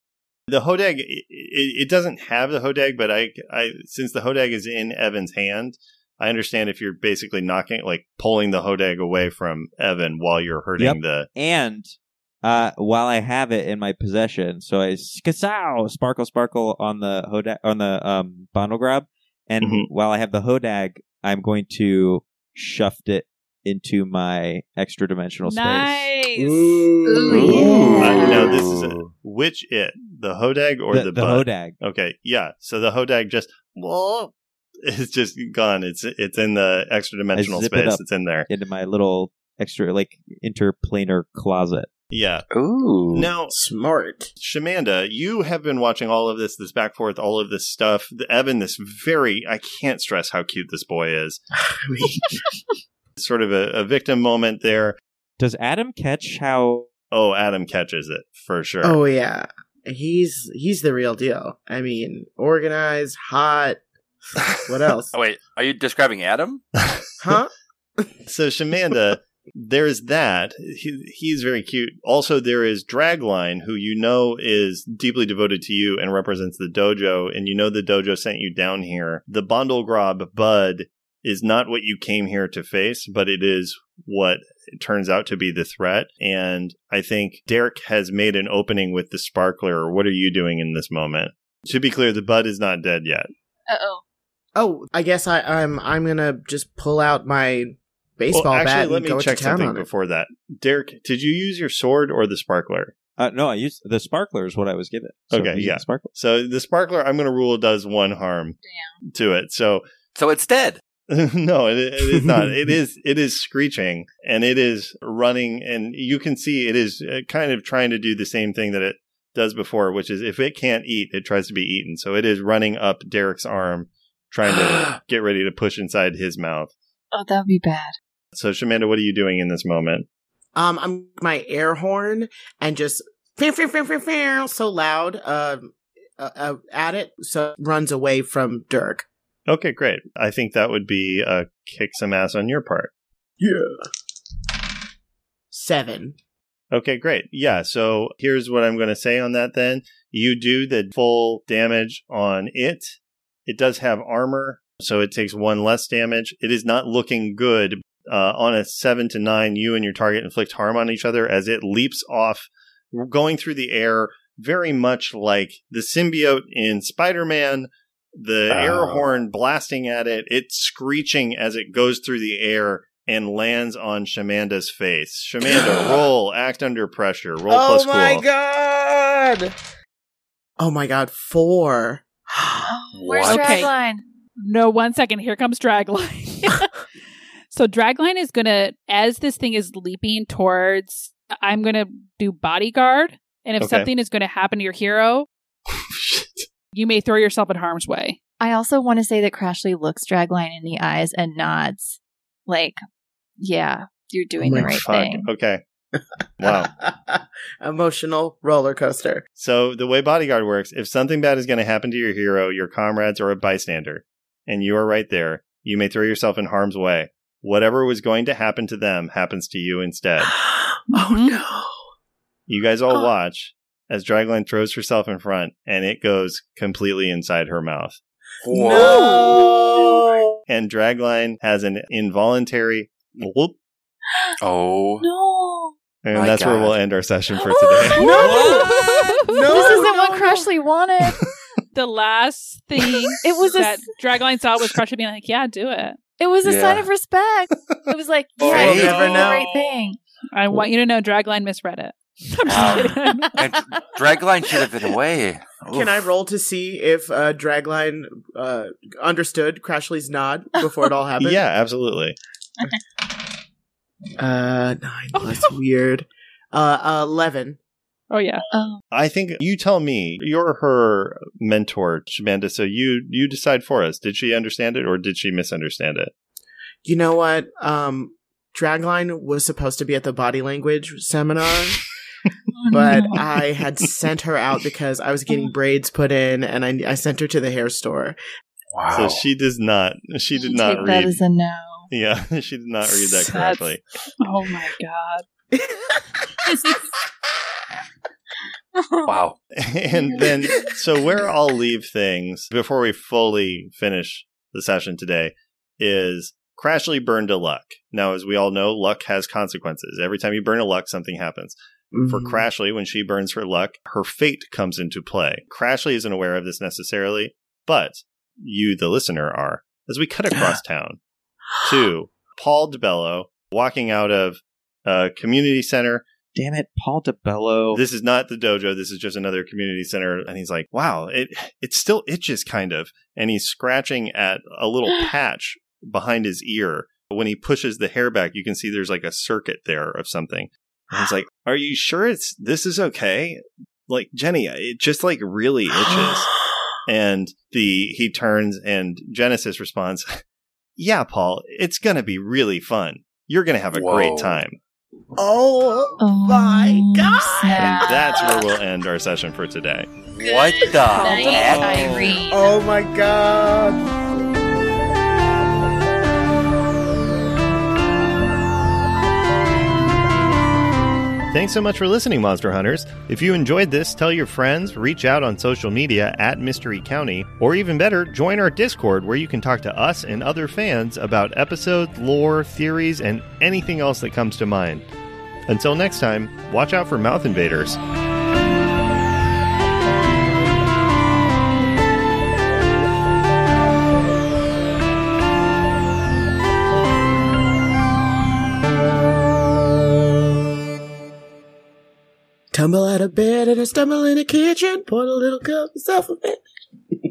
[SPEAKER 2] the hodag it, it doesn't have the hodag but I, I since the hodag is in evan's hand i understand if you're basically knocking like pulling the hodag away from evan while you're hurting the
[SPEAKER 6] And uh, while I have it in my possession, so I skasow, sparkle, sparkle on the Hodag, on the um, Bundle Grab. And
[SPEAKER 2] Mhm.
[SPEAKER 6] while I have the Hodag, I'm going to shuft it into my extra dimensional space.
[SPEAKER 5] nice.
[SPEAKER 4] Ooh, yeah.
[SPEAKER 2] I- no this is a, which it the hodag or the,
[SPEAKER 6] the,
[SPEAKER 2] butt
[SPEAKER 6] Hodag.
[SPEAKER 2] okay yeah so the hodag just whoa, it's just gone it's it's in the extra dimensional
[SPEAKER 6] zip it
[SPEAKER 2] space
[SPEAKER 6] up.
[SPEAKER 2] it's in there
[SPEAKER 6] into my little extra like interplanar closet.
[SPEAKER 2] yeah
[SPEAKER 3] Ooh.
[SPEAKER 2] now
[SPEAKER 1] Smart.
[SPEAKER 2] Shamanda, you have been watching all of this, this back forth, all of this stuff. The, Evan, this very, I can't stress how cute this boy is. sort of a, a victim moment there.
[SPEAKER 6] Does Adam catch how
[SPEAKER 2] Oh, Adam catches it for sure.
[SPEAKER 1] Oh yeah. He's he's the real deal. I mean, organized, hot. What else?
[SPEAKER 3] Oh, wait, are you describing Adam?
[SPEAKER 1] huh?
[SPEAKER 2] So, Shamanda, there's that. He, he's very cute. Also, there is Dragline, who you know is deeply devoted to you and represents the dojo, and you know the dojo sent you down here. The Bondelgrob Bud is not what you came here to face, but it is what turns out to be the threat. And I think Derek has made an opening with the sparkler. What are you doing in this moment? To be clear, the bud is not dead yet.
[SPEAKER 4] Uh oh.
[SPEAKER 1] Oh, I guess I, I'm I'm gonna just pull out my baseball
[SPEAKER 2] well,
[SPEAKER 1] bat
[SPEAKER 2] actually,
[SPEAKER 1] and
[SPEAKER 2] let me
[SPEAKER 1] go
[SPEAKER 2] check
[SPEAKER 1] to town
[SPEAKER 2] something
[SPEAKER 1] on it.
[SPEAKER 2] before that. Derek, did you use your sword or the sparkler?
[SPEAKER 6] uh, no, I used the sparkler is what I was given. I'm
[SPEAKER 2] Okay,
[SPEAKER 6] using
[SPEAKER 2] yeah.
[SPEAKER 6] the sparkler.
[SPEAKER 2] So the sparkler, I'm going to rule, does one harm to it. So
[SPEAKER 3] So it's dead.
[SPEAKER 2] no, it, it is not. it is it is screeching and it is running, and you can see it is uh, kind of trying to do the same thing that it does before, which is if it can't eat, it tries to be eaten. So it is running up Derek's arm trying to get ready to push inside his mouth.
[SPEAKER 4] Oh, that would be bad.
[SPEAKER 2] So, Shamanda, what are you doing in this moment?
[SPEAKER 1] Um, I'm my air horn and just "Fear, fear, fear, fear, fear," so loud uh, uh, uh, at it, so it runs away from Dirk.
[SPEAKER 2] Okay, great. I think that would be uh, kick some ass on your part.
[SPEAKER 1] Yeah. Seven.
[SPEAKER 2] Okay, great. Yeah, so here's what I'm going to say on that then. You do the full damage on it. It does have armor, so it takes one less damage. It is not looking good. Uh, on a seven to nine, you and your target inflict harm on each other as it leaps off, going through the air, very much like the symbiote in Spider Man. The air
[SPEAKER 3] Oh.
[SPEAKER 2] horn blasting at it, it's screeching as it goes through the air and lands on Shamanda's face. Shamanda, roll, act under pressure, roll plus
[SPEAKER 1] oh my
[SPEAKER 2] cool.
[SPEAKER 1] god! Oh my god, four.
[SPEAKER 4] Where's
[SPEAKER 3] What?
[SPEAKER 5] Okay.
[SPEAKER 4] Dragline?
[SPEAKER 5] No, one second. Here comes Dragline. so Dragline is gonna, as this thing is leaping towards, I'm gonna do bodyguard, and if
[SPEAKER 2] Okay.
[SPEAKER 5] something is gonna happen to your hero, you may throw yourself in harm's way.
[SPEAKER 4] I also want to say that Crashly looks Dragline in the eyes and nods. Like, yeah, you're doing the
[SPEAKER 1] Like,
[SPEAKER 4] right
[SPEAKER 2] Fuck.
[SPEAKER 4] thing.
[SPEAKER 2] Okay. Wow.
[SPEAKER 1] Emotional roller coaster.
[SPEAKER 2] So the way bodyguard works, if something bad is going to happen to your hero, your comrades, or a bystander, and you are right there, you may throw yourself in harm's way. Whatever was going to happen to them happens to you instead.
[SPEAKER 1] oh
[SPEAKER 4] Hmm?
[SPEAKER 1] no.
[SPEAKER 2] You guys all
[SPEAKER 1] Oh.
[SPEAKER 2] watch as Dragline throws herself in front and it goes completely inside her mouth.
[SPEAKER 1] No.
[SPEAKER 2] And Dragline has an involuntary whoop.
[SPEAKER 3] Oh.
[SPEAKER 4] No.
[SPEAKER 2] And
[SPEAKER 3] My
[SPEAKER 2] that's where
[SPEAKER 3] God.
[SPEAKER 2] we'll end our session for today.
[SPEAKER 1] No.
[SPEAKER 4] this isn't what
[SPEAKER 1] no, no.
[SPEAKER 4] Crashly wanted.
[SPEAKER 5] The last thing
[SPEAKER 4] It was a
[SPEAKER 5] that
[SPEAKER 4] s-
[SPEAKER 5] Dragline saw was Crusher being like, "Yeah, do it.
[SPEAKER 4] It was a
[SPEAKER 3] Yeah.
[SPEAKER 4] sign of respect. It was like,
[SPEAKER 7] Oh,
[SPEAKER 4] yeah,
[SPEAKER 3] we'll
[SPEAKER 4] you're
[SPEAKER 1] never
[SPEAKER 4] doing the
[SPEAKER 1] know.
[SPEAKER 4] right thing.
[SPEAKER 5] I want you to know." Dragline misread it. I'm just
[SPEAKER 3] Wow.
[SPEAKER 5] kidding.
[SPEAKER 3] And Dragline should have been away.
[SPEAKER 1] Can I
[SPEAKER 3] Oof.
[SPEAKER 1] roll to see if uh, Dragline uh, understood Crashly's nod before it all happened?
[SPEAKER 2] yeah, absolutely.
[SPEAKER 1] Uh, nine.
[SPEAKER 5] Oh,
[SPEAKER 1] That's weird. Uh, eleven.
[SPEAKER 5] Oh yeah.
[SPEAKER 4] Oh,
[SPEAKER 2] I think you tell me. You're her mentor, Shamanda. So you you decide for us. Did she understand it or did she misunderstand it?
[SPEAKER 1] You know what? Um, Dragline was supposed to be at the body language seminar, but
[SPEAKER 4] Oh, no. Oh.
[SPEAKER 1] I had sent her out because I was getting braids put in, and I, I sent her to the hair store.
[SPEAKER 3] Wow.
[SPEAKER 2] So she does not. She did
[SPEAKER 4] Take
[SPEAKER 2] not
[SPEAKER 4] that
[SPEAKER 2] read.
[SPEAKER 4] as a no.
[SPEAKER 2] yeah, she did not read that
[SPEAKER 5] That's-
[SPEAKER 2] correctly.
[SPEAKER 5] Oh my god.
[SPEAKER 3] wow.
[SPEAKER 2] and then so where I'll leave things before we fully finish the session today is Crashly burned a luck. Now, as we all know, luck has consequences. Every time you burn a luck, something happens. For
[SPEAKER 1] Mhm.
[SPEAKER 2] Crashly, when she burns her luck, her fate comes into play. Crashly isn't aware of this necessarily, but you, the listener, are. As we cut across town to Paul DeBello walking out of a community center
[SPEAKER 6] Damn it, Paul DeBello.
[SPEAKER 2] this is not the dojo. This is just another community center. And he's like, wow, it it still itches kind of. And he's scratching at a little patch behind his ear. When he pushes the hair back, you can see there's like a circuit there of something. And he's like, are you sure it's this is okay? Like Jenny, uh, it just like really itches. and the he turns and Genesis responds, "Yeah, Paul, it's gonna be really fun. You're gonna have a
[SPEAKER 3] Whoa.
[SPEAKER 2] great time."
[SPEAKER 1] oh,
[SPEAKER 4] Oh,
[SPEAKER 1] my god!
[SPEAKER 4] snap.
[SPEAKER 2] And that's where we'll end our session for today.
[SPEAKER 3] What the
[SPEAKER 4] Night,
[SPEAKER 3] heck?
[SPEAKER 4] Irene.
[SPEAKER 1] Oh my god!
[SPEAKER 2] Thanks so much for listening, Monster Hunters. If you enjoyed this, tell your friends, reach out on social media at Mystery County, or even better, join our Discord where you can talk to us and other fans about episodes, lore, theories, and anything else that comes to mind. Until next time, watch out for Mouth Invaders.
[SPEAKER 1] Tumble out of bed and I stumble in the kitchen. Pour a little cup of self a